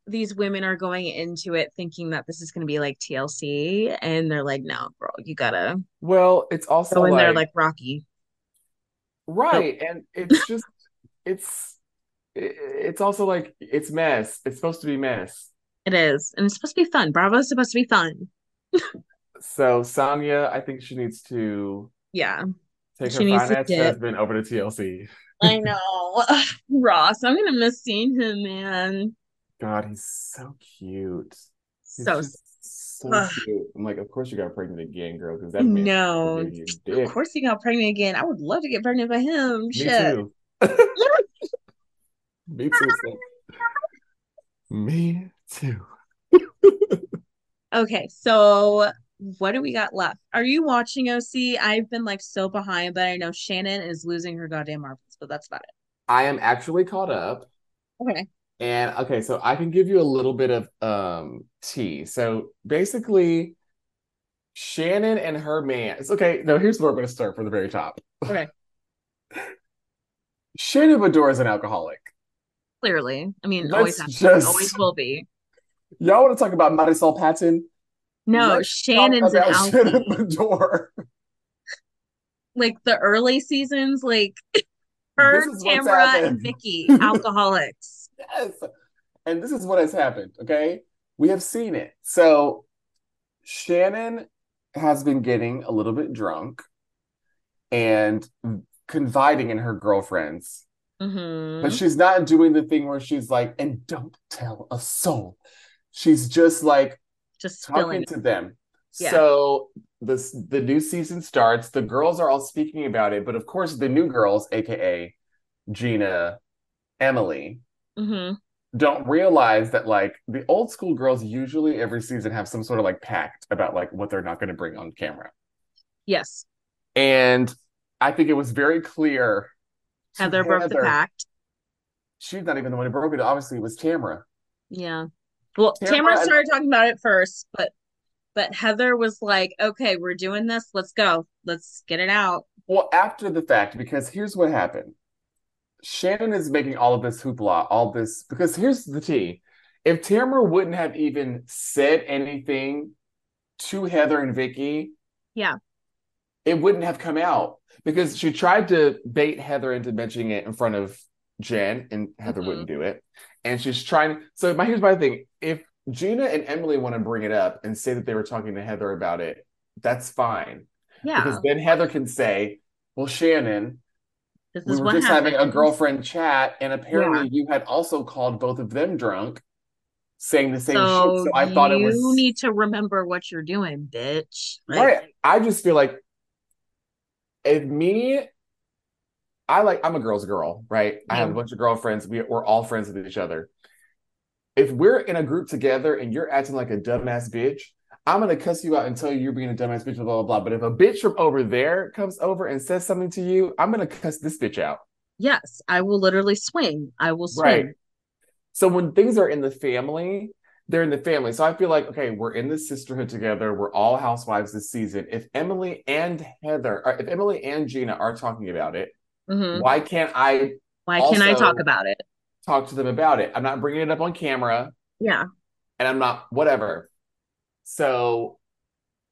[SPEAKER 1] these women are going into it thinking that this is going to be like TLC, and they're like, no, bro, you gotta
[SPEAKER 2] Well, it's also
[SPEAKER 1] go in
[SPEAKER 2] like,
[SPEAKER 1] there like Rocky.
[SPEAKER 2] right, and it's just, it's, it- it's also like it's mess. It's supposed to be mess.
[SPEAKER 1] It is, and it's supposed to be fun. Bravo's supposed to be fun.
[SPEAKER 2] So Sonya, I think she needs to
[SPEAKER 1] Yeah,
[SPEAKER 2] take
[SPEAKER 1] She
[SPEAKER 2] her
[SPEAKER 1] needs to
[SPEAKER 2] finance
[SPEAKER 1] dip.
[SPEAKER 2] husband over to TLC.
[SPEAKER 1] I know. Ross, I'm gonna miss seeing him, man.
[SPEAKER 2] God, he's so cute. He's
[SPEAKER 1] So
[SPEAKER 2] just so
[SPEAKER 1] ugh.
[SPEAKER 2] cute. I'm like, of course you got pregnant again, girl, because that man
[SPEAKER 1] no,
[SPEAKER 2] you
[SPEAKER 1] Of course he got pregnant again. I would love to get pregnant by him.
[SPEAKER 2] Me
[SPEAKER 1] Shit.
[SPEAKER 2] too. Me too. sis. Me too.
[SPEAKER 1] Okay, so what do we got left? Are you watching OC? I've been like so behind, but I know Shannon is losing her goddamn marbles, but that's about
[SPEAKER 2] I am actually caught up.
[SPEAKER 1] it. Okay.
[SPEAKER 2] And okay, so I can give you a little bit of um tea. So basically, Shannon and her man. It's okay. No, here's where I'm going to start from the very top.
[SPEAKER 1] Okay.
[SPEAKER 2] Shannon Bedore is an alcoholic.
[SPEAKER 1] Clearly. I mean, always
[SPEAKER 2] Let's
[SPEAKER 1] has been,
[SPEAKER 2] just
[SPEAKER 1] always will be.
[SPEAKER 2] y'all want to talk about Marisol Patton?
[SPEAKER 1] No,
[SPEAKER 2] Let's
[SPEAKER 1] Shannon's an
[SPEAKER 2] talk about Shannon
[SPEAKER 1] alfie.
[SPEAKER 2] Bedore.
[SPEAKER 1] Like the early seasons, like
[SPEAKER 2] This
[SPEAKER 1] her,
[SPEAKER 2] is what's
[SPEAKER 1] Tamara, and
[SPEAKER 2] happened.
[SPEAKER 1] Vicky, alcoholics.
[SPEAKER 2] Yes. And this is what has happened, okay? We have seen it. So Shannon has been getting a little bit drunk and confiding in her girlfriends,
[SPEAKER 1] hmm
[SPEAKER 2] but she's not doing the thing where she's like, and don't tell a soul. She's just like
[SPEAKER 1] Just
[SPEAKER 2] talking
[SPEAKER 1] spilling.
[SPEAKER 2] to them.
[SPEAKER 1] Yeah.
[SPEAKER 2] So this the new season starts. The girls are all speaking about it, but of course the new girls, aka Gina, Emily,
[SPEAKER 1] hmm
[SPEAKER 2] don't realize that like the old school girls usually every season have some sort of like pact about like what they're not going to bring on camera.
[SPEAKER 1] Yes.
[SPEAKER 2] And I think it was very clear to
[SPEAKER 1] Heather broke the pact.
[SPEAKER 2] She's not even the one who broke it. Obviously, it was Tamara.
[SPEAKER 1] Yeah. Well,
[SPEAKER 2] Tamara
[SPEAKER 1] Tamara
[SPEAKER 2] and-
[SPEAKER 1] started talking about it first, but but Heather was like, "Okay, we're doing this. Let's go. Let's get it out."
[SPEAKER 2] Well, after the fact, because here's what happened. Shannon is making all of this hoopla, all this because here's the tea. If Tamara wouldn't have even said anything to Heather and Vicky,
[SPEAKER 1] Yeah.
[SPEAKER 2] it wouldn't have come out because she tried to bait Heather into mentioning it in front of Jen, and Heather
[SPEAKER 1] Mhm.
[SPEAKER 2] wouldn't do it. And she's trying. So my here's my thing: if Gina and Emily want to bring it up and say that they were talking to Heather about it, that's fine
[SPEAKER 1] Yeah.
[SPEAKER 2] because then Heather can say, "Well, Shannon,
[SPEAKER 1] This
[SPEAKER 2] we
[SPEAKER 1] is
[SPEAKER 2] were
[SPEAKER 1] what
[SPEAKER 2] just
[SPEAKER 1] happened.
[SPEAKER 2] having a girlfriend chat, and apparently you had also called both of them drunk, saying the same
[SPEAKER 1] So
[SPEAKER 2] shit. So I thought it was
[SPEAKER 1] you need to remember what you're doing, bitch. Like,
[SPEAKER 2] right. I just feel like if me, I like I'm a girl's girl, right? I have a
[SPEAKER 1] Yeah.
[SPEAKER 2] bunch of girlfriends. We, we're all friends with each other. If we're in a group together and you're acting like a dumbass bitch, I'm gonna cuss you out and tell you you're being a dumbass bitch, blah blah blah. But if a bitch from over there comes over and says something to you, I'm gonna cuss this bitch out.
[SPEAKER 1] Yes, I will literally swing. I will swing.
[SPEAKER 2] Right. So when things are in the family, they're in the family. So I feel like, okay, we're in the sisterhood together. We're all housewives this season. If Emily and Heather, or if Emily and Gina are talking about it,
[SPEAKER 1] Mhm.
[SPEAKER 2] why can't I
[SPEAKER 1] Why can't I
[SPEAKER 2] Also-
[SPEAKER 1] talk about it?
[SPEAKER 2] talk to them about it? I'm not bringing it up on camera
[SPEAKER 1] Yeah.
[SPEAKER 2] and I'm not, whatever. So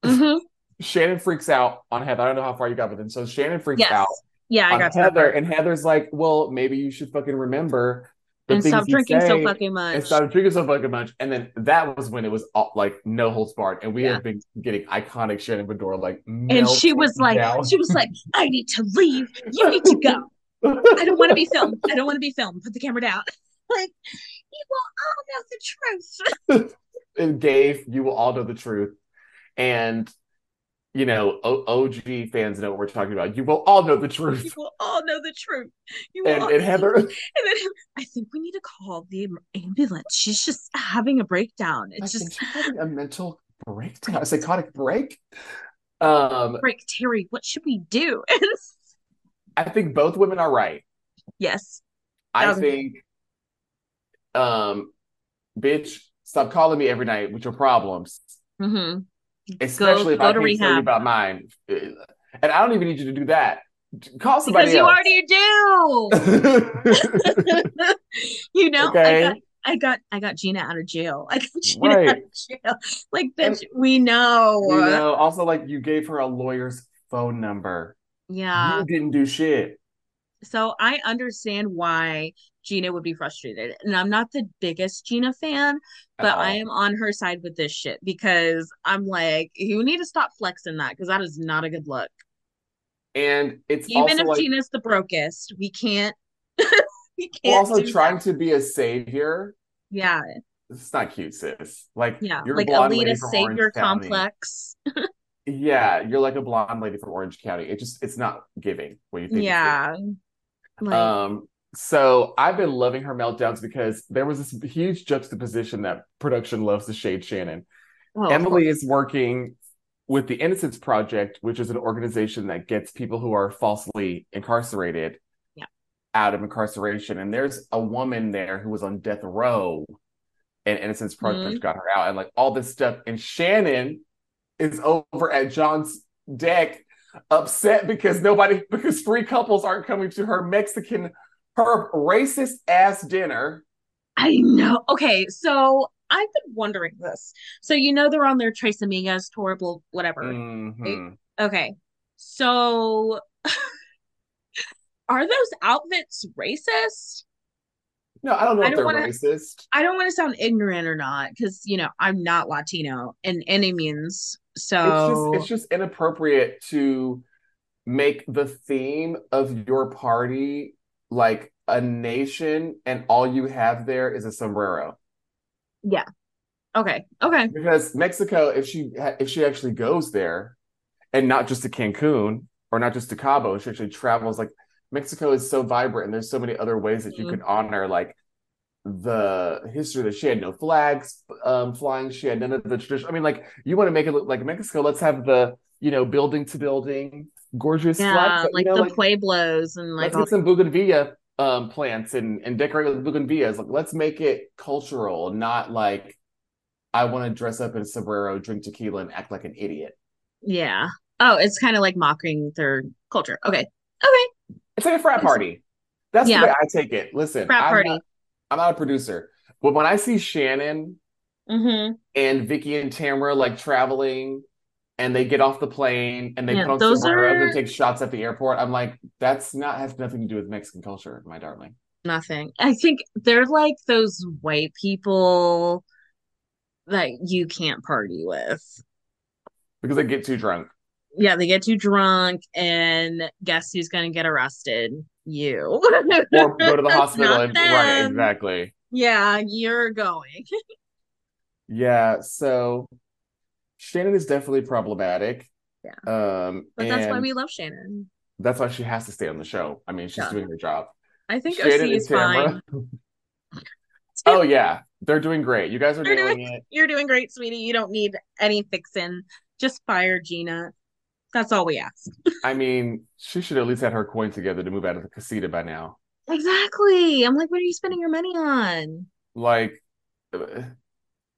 [SPEAKER 1] Mhm.
[SPEAKER 2] Shannon freaks out on Heather. I don't know how far you got with him. So Shannon freaks
[SPEAKER 1] Yes.
[SPEAKER 2] out
[SPEAKER 1] Yeah, I
[SPEAKER 2] on
[SPEAKER 1] got to that
[SPEAKER 2] Heather,
[SPEAKER 1] part.
[SPEAKER 2] and Heather's like, "Well, maybe you should fucking remember the
[SPEAKER 1] And
[SPEAKER 2] things
[SPEAKER 1] stop
[SPEAKER 2] you
[SPEAKER 1] drinking so
[SPEAKER 2] say
[SPEAKER 1] fucking much.
[SPEAKER 2] and started drinking so fucking much. And then that was when it was all, like no holds barred, and we
[SPEAKER 1] Yeah.
[SPEAKER 2] have been getting iconic Shannon Bedore like.
[SPEAKER 1] and she was like, she was like, I need to leave. You need to go. I don't want to be filmed. I don't want to be filmed. Put the camera down. Like, you will all know the truth.
[SPEAKER 2] and Dave, you will all know the truth, and you know o- OG fans know what we're talking about. You will all know the
[SPEAKER 1] You
[SPEAKER 2] truth.
[SPEAKER 1] will all know the truth. You will
[SPEAKER 2] And,
[SPEAKER 1] all
[SPEAKER 2] and Heather,
[SPEAKER 1] And then I think we need to call the ambulance. She's just having a breakdown. It's
[SPEAKER 2] I think
[SPEAKER 1] just
[SPEAKER 2] she's having a mental breakdown, a psychotic break. Um,
[SPEAKER 1] break, Terry. What should we do? And-
[SPEAKER 2] I think both women are right.
[SPEAKER 1] yes,
[SPEAKER 2] I
[SPEAKER 1] Thousand
[SPEAKER 2] think, um, bitch, stop calling me every night with your problems,
[SPEAKER 1] hmm
[SPEAKER 2] especially if
[SPEAKER 1] go
[SPEAKER 2] I
[SPEAKER 1] to
[SPEAKER 2] can't tell
[SPEAKER 1] rehab.
[SPEAKER 2] you about mine. Uh, And I don't even need you to do that. Call somebody
[SPEAKER 1] because you
[SPEAKER 2] else.
[SPEAKER 1] already do. you know,
[SPEAKER 2] Okay.
[SPEAKER 1] I got, I got, I got Gina out of jail. I got Gina out
[SPEAKER 2] Right.
[SPEAKER 1] of jail. Like, bitch, we know.
[SPEAKER 2] You know, also like you gave her a lawyer's phone number.
[SPEAKER 1] Yeah.
[SPEAKER 2] you didn't do shit.
[SPEAKER 1] So I understand why Gina would be frustrated, and I'm not the biggest Gina fan. but
[SPEAKER 2] at
[SPEAKER 1] I
[SPEAKER 2] all.
[SPEAKER 1] am on her side with this shit because I'm like, you need to stop flexing that because that is not a good look.
[SPEAKER 2] and it's
[SPEAKER 1] Even
[SPEAKER 2] also
[SPEAKER 1] if
[SPEAKER 2] like
[SPEAKER 1] Gina's the brokest, we can't. we
[SPEAKER 2] we're
[SPEAKER 1] can't.
[SPEAKER 2] also
[SPEAKER 1] do
[SPEAKER 2] trying
[SPEAKER 1] that.
[SPEAKER 2] to be a savior.
[SPEAKER 1] Yeah,
[SPEAKER 2] It's not cute, sis. Like
[SPEAKER 1] yeah.
[SPEAKER 2] you're
[SPEAKER 1] like
[SPEAKER 2] a blonde
[SPEAKER 1] Alita
[SPEAKER 2] lady from
[SPEAKER 1] savior
[SPEAKER 2] Orange County.
[SPEAKER 1] complex.
[SPEAKER 2] Yeah, you're like a blonde lady from Orange County. It just it's not giving what you think. it's giving.
[SPEAKER 1] Yeah. Like,
[SPEAKER 2] Um, so I've been loving her meltdowns because there was this huge juxtaposition that production loves to shade Shannon.
[SPEAKER 1] oh, of
[SPEAKER 2] Emily
[SPEAKER 1] course.
[SPEAKER 2] is working with the Innocence Project, which is an organization that gets people who are falsely incarcerated
[SPEAKER 1] Yeah.
[SPEAKER 2] out of incarceration. And there's a woman there who was on death row, and Innocence Project
[SPEAKER 1] Mhm.
[SPEAKER 2] got her out, and like all this stuff. And Shannon is over at John's deck, upset because nobody, because three couples aren't coming to her Mexican, her racist ass dinner.
[SPEAKER 1] I know. Okay, so I've been wondering this. So you know they're on their Trace Amigas tour, blah- whatever.
[SPEAKER 2] Mhm.
[SPEAKER 1] Okay, so are those outfits racist?
[SPEAKER 2] No, I don't know
[SPEAKER 1] I
[SPEAKER 2] if
[SPEAKER 1] don't
[SPEAKER 2] they're
[SPEAKER 1] wanna-
[SPEAKER 2] racist.
[SPEAKER 1] I don't want to sound ignorant or not, because you know I'm not Latino in any means. So
[SPEAKER 2] it's just it's just inappropriate to make the theme of your party like a nation and all you have there is a sombrero
[SPEAKER 1] okay, okay,
[SPEAKER 2] because mexico if she if she actually goes there and not just to cancun or not just to cabo she actually travels like mexico is so vibrant and there's so many other ways that you
[SPEAKER 1] Mhm.
[SPEAKER 2] can honor like the history that she had no flags um flying she had none of the tradition i mean like you want to make it look like mexico let's have the you know building to building gorgeous flags
[SPEAKER 1] yeah,
[SPEAKER 2] but,
[SPEAKER 1] like
[SPEAKER 2] you know,
[SPEAKER 1] the
[SPEAKER 2] like,
[SPEAKER 1] pueblos and like
[SPEAKER 2] let's
[SPEAKER 1] all,
[SPEAKER 2] get some bougainvillea um plants and and decorate with bougainvilleas like let's make it cultural not like i want to dress up in a sombrero drink tequila and act like an idiot
[SPEAKER 1] yeah. Oh, it's kind of like mocking their culture. Okay, okay,
[SPEAKER 2] it's like a frat party that's
[SPEAKER 1] Yeah.
[SPEAKER 2] the way i take it listen
[SPEAKER 1] frat
[SPEAKER 2] I'm,
[SPEAKER 1] party.
[SPEAKER 2] Not, I'm not a producer but when i see shannon
[SPEAKER 1] Mm-hmm.
[SPEAKER 2] and Vicky and Tamara like traveling and they get off the plane and they
[SPEAKER 1] Yeah,
[SPEAKER 2] put on
[SPEAKER 1] those
[SPEAKER 2] sombreros
[SPEAKER 1] are-
[SPEAKER 2] and take shots at the airport. I'm like, that's not has nothing to do with Mexican culture, my darling.
[SPEAKER 1] Nothing. I think they're like those white people that you can't party with.
[SPEAKER 2] Because they get too drunk.
[SPEAKER 1] Yeah, they get too drunk, and guess who's gonna get arrested? You.
[SPEAKER 2] Or go to the
[SPEAKER 1] That's
[SPEAKER 2] hospital
[SPEAKER 1] not
[SPEAKER 2] and right,
[SPEAKER 1] them.
[SPEAKER 2] exactly.
[SPEAKER 1] Yeah, you're going.
[SPEAKER 2] Yeah, so Shannon is definitely problematic.
[SPEAKER 1] Yeah.
[SPEAKER 2] Um
[SPEAKER 1] But that's why
[SPEAKER 2] and
[SPEAKER 1] we love Shannon.
[SPEAKER 2] that's why she has to stay on the show. I mean, she's
[SPEAKER 1] Yeah.
[SPEAKER 2] doing her job.
[SPEAKER 1] I think
[SPEAKER 2] Shannon
[SPEAKER 1] OC
[SPEAKER 2] and
[SPEAKER 1] is
[SPEAKER 2] Tamara.
[SPEAKER 1] fine.
[SPEAKER 2] Oh yeah. They're doing great. You guys are
[SPEAKER 1] They're
[SPEAKER 2] nailing it.
[SPEAKER 1] You're doing great, sweetie. You don't need any fixing. Just fire Gina. That's all we ask.
[SPEAKER 2] I mean, she should at least had her coin together to move out of the casita by now.
[SPEAKER 1] Exactly. I'm like, what are you spending your money on?
[SPEAKER 2] like uh,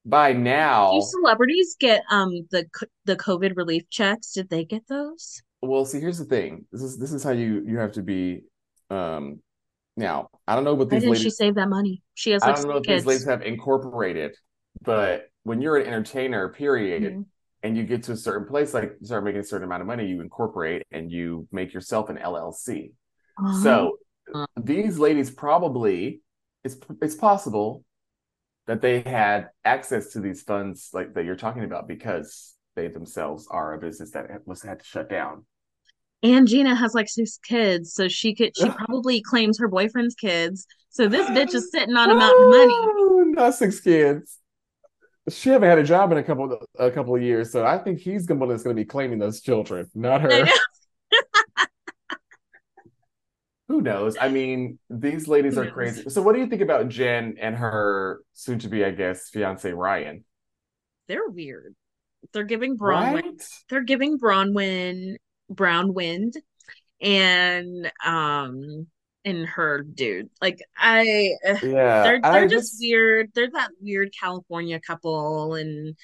[SPEAKER 2] by now
[SPEAKER 1] Do celebrities get um the co- the COVID relief checks? Did they get those?
[SPEAKER 2] well see here's the thing this is this is how you you have to be um now i don't know what
[SPEAKER 1] Why
[SPEAKER 2] these
[SPEAKER 1] didn't she
[SPEAKER 2] ladies
[SPEAKER 1] save that money? She has
[SPEAKER 2] i
[SPEAKER 1] like
[SPEAKER 2] don't know
[SPEAKER 1] six
[SPEAKER 2] if these
[SPEAKER 1] kids.
[SPEAKER 2] ladies have incorporated but when you're an entertainer period
[SPEAKER 1] Mhm.
[SPEAKER 2] and you get to a certain place, like you start making a certain amount of money, you incorporate and you make yourself an LLC.
[SPEAKER 1] Oh.
[SPEAKER 2] So these ladies probably it's it's possible that they had access to these funds like that you're talking about because they themselves are a business that was had to shut down.
[SPEAKER 1] and Gina has like six kids, so she could she probably claims her boyfriend's kids. So this bitch is sitting on a mountain of money.
[SPEAKER 2] Oh, Not six kids. She haven't had a job in a couple a couple of years, so I think he's the one that's going to be claiming those children, not
[SPEAKER 1] I
[SPEAKER 2] her.
[SPEAKER 1] know.
[SPEAKER 2] Who knows? I mean, these ladies
[SPEAKER 1] Who
[SPEAKER 2] are
[SPEAKER 1] knows?
[SPEAKER 2] crazy. So, what do you think about Jen and her soon-to-be, I guess, fiance Ryan?
[SPEAKER 1] They're weird. They're giving Bronwyn.
[SPEAKER 2] Right?
[SPEAKER 1] They're giving Bronwyn Brown Wind and um and her dude. Like I ugh.
[SPEAKER 2] Yeah,
[SPEAKER 1] they're
[SPEAKER 2] I
[SPEAKER 1] they're just, weird. They're that weird California couple, and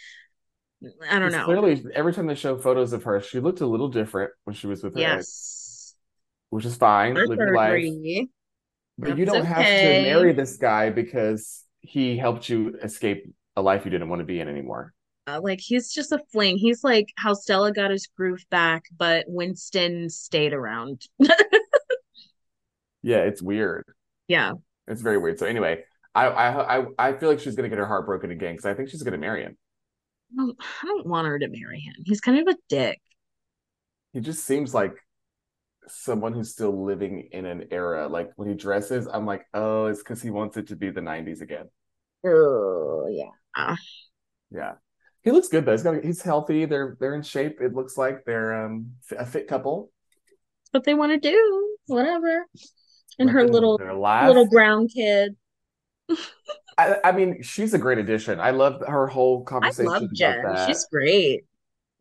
[SPEAKER 1] I don't
[SPEAKER 2] It's
[SPEAKER 1] know.
[SPEAKER 2] Clearly, every time they show photos of her, she looked a little different when she was with her ex,
[SPEAKER 1] Yes,
[SPEAKER 2] which is fine.
[SPEAKER 1] Her
[SPEAKER 2] Live your life.
[SPEAKER 1] surgery.
[SPEAKER 2] But you
[SPEAKER 1] That's
[SPEAKER 2] don't have to
[SPEAKER 1] okay.
[SPEAKER 2] marry this guy because he helped you escape a life you didn't want to be in anymore.
[SPEAKER 1] Uh, like he's just a fling. He's like how Stella got his groove back, but Winston stayed around.
[SPEAKER 2] Yeah, it's weird.
[SPEAKER 1] yeah,
[SPEAKER 2] It's very weird. So anyway, I I I, I feel like she's gonna get her heart broken again because I think she's gonna marry him.
[SPEAKER 1] I don't, I don't want her to marry him. He's kind of a dick.
[SPEAKER 2] He just seems like someone who's still living in an era. Like when he dresses, I'm like, oh, it's because he wants it to be the '90s again.
[SPEAKER 1] Oh yeah.
[SPEAKER 2] Yeah. He looks good though. He's got he's healthy. They're they're in shape. It looks like they're um f- a fit couple.
[SPEAKER 1] That's what they want to do. Whatever. And her
[SPEAKER 2] Living
[SPEAKER 1] little
[SPEAKER 2] their lives.
[SPEAKER 1] little brown kid.
[SPEAKER 2] I, I mean, she's a great addition. I love her whole
[SPEAKER 1] I
[SPEAKER 2] conversation
[SPEAKER 1] love
[SPEAKER 2] about
[SPEAKER 1] Jen.
[SPEAKER 2] that.
[SPEAKER 1] She's great.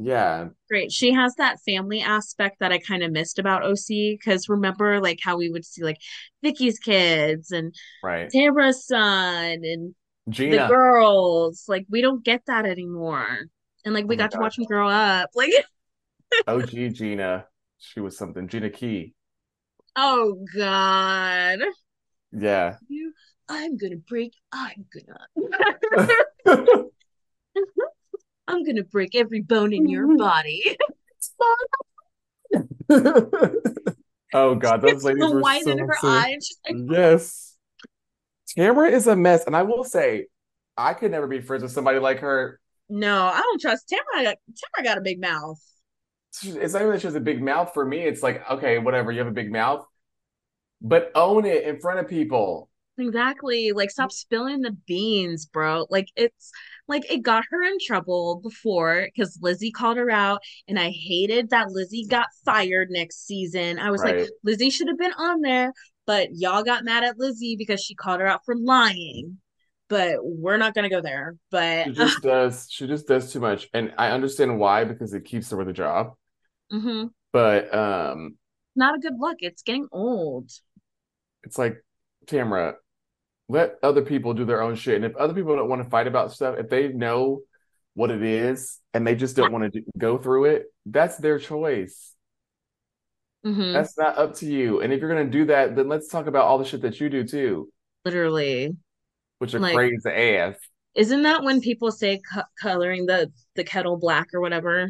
[SPEAKER 2] Yeah.
[SPEAKER 1] Great. She has that family aspect that I kind of missed about OC because remember like how we would see like Vicky's kids and
[SPEAKER 2] Right.
[SPEAKER 1] Tara's son and the
[SPEAKER 2] Gina.
[SPEAKER 1] girls. Like we don't get that anymore. And like we
[SPEAKER 2] Oh my
[SPEAKER 1] got to
[SPEAKER 2] God.
[SPEAKER 1] watch them grow up. Like
[SPEAKER 2] OG Gina. She was something. Gina Key.
[SPEAKER 1] oh God.
[SPEAKER 2] Yeah.
[SPEAKER 1] You I'm gonna break I'm gonna
[SPEAKER 2] It's
[SPEAKER 1] I'm gonna break every bone in your body.
[SPEAKER 2] oh God, those ladies
[SPEAKER 1] the
[SPEAKER 2] were
[SPEAKER 1] white
[SPEAKER 2] so
[SPEAKER 1] in her
[SPEAKER 2] silly.
[SPEAKER 1] eye and she's like
[SPEAKER 2] Yes. Tamara is a mess. And I will say, I could never be friends with somebody like her.
[SPEAKER 1] No, I don't trust Tamara. Tamara got a big mouth.
[SPEAKER 2] She- It's not even that she has a big mouth for me. It's like, okay, whatever, you have a big mouth, but own it in front of people.
[SPEAKER 1] Exactly. Like,
[SPEAKER 2] Mm.
[SPEAKER 1] stop spilling the beans, bro. Like, it's like it got her in trouble before because Lizzie called her out, and I hated that Lizzie got fired next season. I was like,
[SPEAKER 2] Right.
[SPEAKER 1] Lizzie should have been on there, but y'all got mad at Lizzie because she called her out for lying. But we're not gonna go there. But
[SPEAKER 2] She just does, she just does too much. And I understand why, because it keeps her with a job.
[SPEAKER 1] mhm,
[SPEAKER 2] But um,
[SPEAKER 1] not a good look. It's getting old.
[SPEAKER 2] it's like, Tamara, let other people do their own shit. And if other people don't want to fight about stuff, if they know what it is and they just don't want to do, go through it, that's their choice.
[SPEAKER 1] Mhm,
[SPEAKER 2] That's not up to you. And if you're gonna do that, then let's talk about all the shit that you do too,
[SPEAKER 1] Literally.
[SPEAKER 2] which are
[SPEAKER 1] Like-
[SPEAKER 2] crazy ass.
[SPEAKER 1] Isn't that when people say co- coloring the the kettle black or whatever?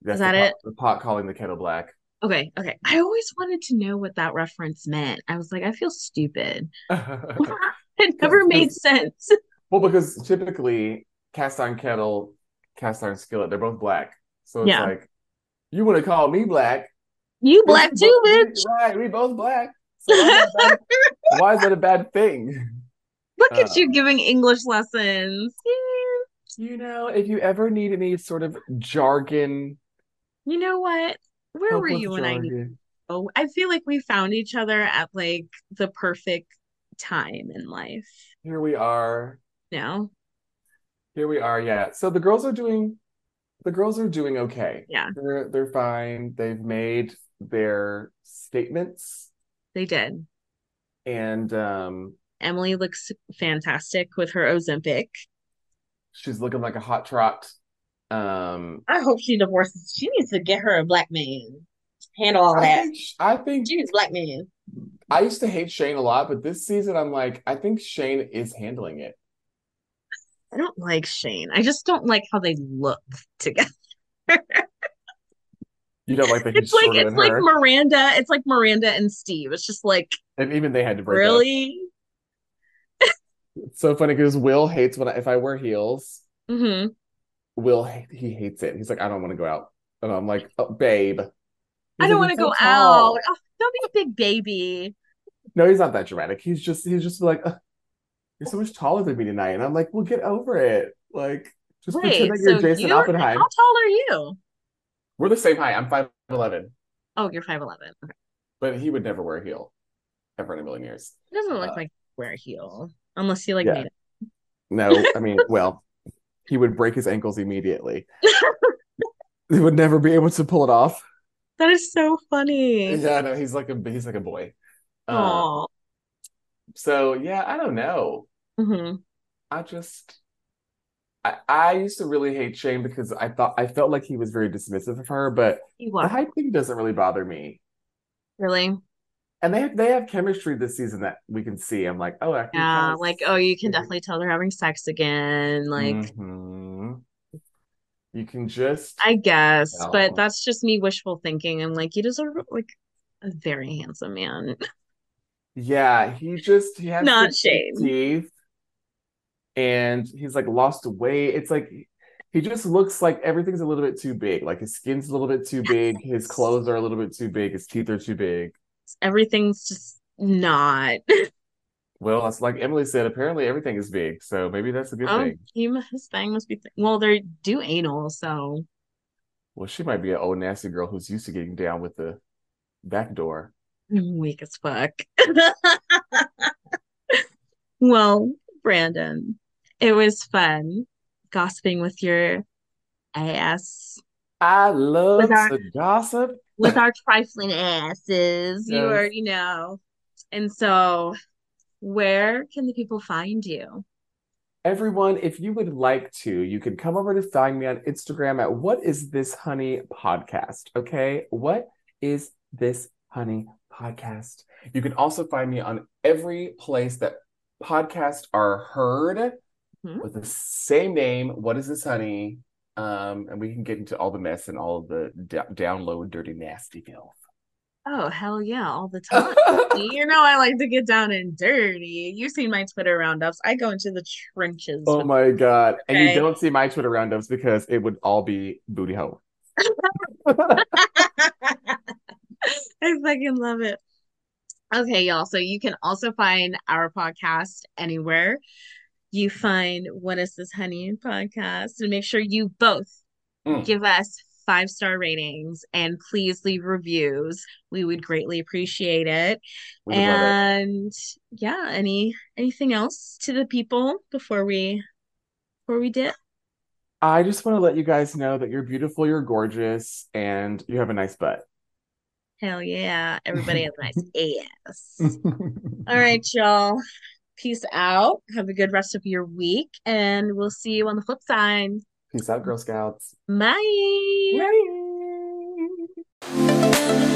[SPEAKER 2] That's
[SPEAKER 1] Is that
[SPEAKER 2] the pot,
[SPEAKER 1] it?
[SPEAKER 2] The pot calling the kettle black.
[SPEAKER 1] Okay, okay. I always wanted to know what that reference meant. I was like, I feel stupid. it never made sense.
[SPEAKER 2] well, because typically cast iron kettle, cast iron skillet, they're both black. So it's
[SPEAKER 1] Yeah.
[SPEAKER 2] like, you want to call me black?
[SPEAKER 1] You black
[SPEAKER 2] We
[SPEAKER 1] too,
[SPEAKER 2] both-
[SPEAKER 1] bitch.
[SPEAKER 2] Right? We both black. So why, is that a bad- why is that a bad thing?
[SPEAKER 1] Look at
[SPEAKER 2] Uh.
[SPEAKER 1] you giving English lessons. Yeah.
[SPEAKER 2] You know, if you ever need any sort of jargon,
[SPEAKER 1] You know what? Where
[SPEAKER 2] help
[SPEAKER 1] were
[SPEAKER 2] with
[SPEAKER 1] you when I needed?
[SPEAKER 2] jargon.
[SPEAKER 1] Oh, I feel like we found each other at like the perfect time in life.
[SPEAKER 2] Here we are.
[SPEAKER 1] No,
[SPEAKER 2] Here we are, yeah. So the girls are doing the girls are doing okay.
[SPEAKER 1] Yeah.
[SPEAKER 2] They're they're fine. They've made their statements
[SPEAKER 1] they did.
[SPEAKER 2] and um
[SPEAKER 1] Emily looks fantastic with her Ozempic.
[SPEAKER 2] she's looking like a hot trot. Um
[SPEAKER 1] I hope she divorces. She needs to get her a black man. Handle all
[SPEAKER 2] I
[SPEAKER 1] that.
[SPEAKER 2] think, I think
[SPEAKER 1] She needs a black man.
[SPEAKER 2] I used to hate Shane a lot, but this season I'm like, I think Shane is handling it.
[SPEAKER 1] I don't like Shane. I just don't like how they look together.
[SPEAKER 2] You don't like that he's
[SPEAKER 1] It's like
[SPEAKER 2] shorter
[SPEAKER 1] it's
[SPEAKER 2] than
[SPEAKER 1] like
[SPEAKER 2] her,
[SPEAKER 1] Miranda. It's like Miranda and Steve. It's just like
[SPEAKER 2] and even they had to break up.
[SPEAKER 1] really.
[SPEAKER 2] It's so funny because Will hates when I, if I wear heels.
[SPEAKER 1] hmm
[SPEAKER 2] Will ha- he hates it. He's like, I don't want to go out, and I'm like, oh, babe.
[SPEAKER 1] I
[SPEAKER 2] He's
[SPEAKER 1] don't want
[SPEAKER 2] like,
[SPEAKER 1] to
[SPEAKER 2] "You're so
[SPEAKER 1] go
[SPEAKER 2] tall."
[SPEAKER 1] out. Oh, don't be a big baby.
[SPEAKER 2] No, he's not that dramatic. He's just he's just like, "Ugh, you're so much taller than me tonight, and I'm like, well, get over it. Like, just
[SPEAKER 1] Wait,
[SPEAKER 2] pretend that
[SPEAKER 1] so
[SPEAKER 2] you're Jason
[SPEAKER 1] you're
[SPEAKER 2] Oppenheim.
[SPEAKER 1] how tall are you?
[SPEAKER 2] We're the same height. I'm five eleven,
[SPEAKER 1] Oh, you're five eleven. Okay.
[SPEAKER 2] but he would never wear a heel, ever in a million years.
[SPEAKER 1] It doesn't look
[SPEAKER 2] Uh,
[SPEAKER 1] like wear a heel unless you like
[SPEAKER 2] yeah.
[SPEAKER 1] made it.
[SPEAKER 2] No, I mean, well, he would break his ankles immediately. He would never be able to pull it off.
[SPEAKER 1] That is so funny.
[SPEAKER 2] Yeah, no, he's like a he's like a boy. Uh,
[SPEAKER 1] Aw.
[SPEAKER 2] so yeah, I don't know.
[SPEAKER 1] hmm
[SPEAKER 2] I just I, I used to really hate Shane because I thought I felt like he was very dismissive of her, but
[SPEAKER 1] You
[SPEAKER 2] the
[SPEAKER 1] are
[SPEAKER 2] hype thing doesn't really bother me.
[SPEAKER 1] really.
[SPEAKER 2] And they have they have chemistry this season that we can see. I'm like, oh, I can
[SPEAKER 1] Yeah,
[SPEAKER 2] kind
[SPEAKER 1] like oh, you can
[SPEAKER 2] Mhm.
[SPEAKER 1] definitely tell they're having sex again. Like
[SPEAKER 2] Mm-hmm. You can just
[SPEAKER 1] I guess, but
[SPEAKER 2] No.
[SPEAKER 1] that's just me wishful thinking. I'm like, you deserve like a very handsome man,
[SPEAKER 2] yeah. He just he has
[SPEAKER 1] not
[SPEAKER 2] good
[SPEAKER 1] Shane.
[SPEAKER 2] teeth and he's like lost weight. It's like he just looks like everything's a little bit too big. Like his skin's a little bit too big. His clothes are a little bit too big. His teeth are too big.
[SPEAKER 1] Everything's just not.
[SPEAKER 2] Well, it's like Emily said, apparently everything is big, so maybe that's a good
[SPEAKER 1] Oh,
[SPEAKER 2] thing.
[SPEAKER 1] he, mu- his thing must be. Th well, they do anal, so
[SPEAKER 2] Well, she might be an old nasty girl who's used to getting down with the back door.
[SPEAKER 1] I'm weak as fuck. Well, Brandon, it was fun gossiping with your ass,
[SPEAKER 2] I love
[SPEAKER 1] With our-
[SPEAKER 2] to gossip.
[SPEAKER 1] with our trifling asses. You
[SPEAKER 2] Yes.
[SPEAKER 1] already know. And so, where can the people find you?
[SPEAKER 2] Everyone, if you would like to, you can come over to find me on Instagram at What Is This Honey Podcast. Okay. What is this honey podcast? You can also find me on every place that podcasts are heard
[SPEAKER 1] Hmm?
[SPEAKER 2] with the same name, What Is This Honey? Um, and we can get into all the mess and all the d- download dirty nasty filth.
[SPEAKER 1] Oh, hell yeah, all the time. You know, I like to get down and dirty. You've seen my Twitter roundups. I go into the trenches.
[SPEAKER 2] Oh
[SPEAKER 1] with-
[SPEAKER 2] my god. And
[SPEAKER 1] Okay.
[SPEAKER 2] you don't see my Twitter roundups because it would all be booty hole.
[SPEAKER 1] I fucking love it. Okay, y'all. So you can also find our podcast anywhere. You find What Is This Honey podcast and make sure you both
[SPEAKER 2] Mm.
[SPEAKER 1] give us five star ratings and please leave reviews. We would greatly appreciate it.
[SPEAKER 2] We would love it.
[SPEAKER 1] And yeah, any anything else to the people before we before we dip?
[SPEAKER 2] I just want to let you guys know that you're beautiful, you're gorgeous, and you have a nice butt.
[SPEAKER 1] Hell yeah. Everybody has a nice ass. All right, y'all. Peace out. Have a good rest of your week, and we'll see you on the flip side.
[SPEAKER 2] Peace out, Girl Scouts.
[SPEAKER 1] Bye.
[SPEAKER 2] Bye.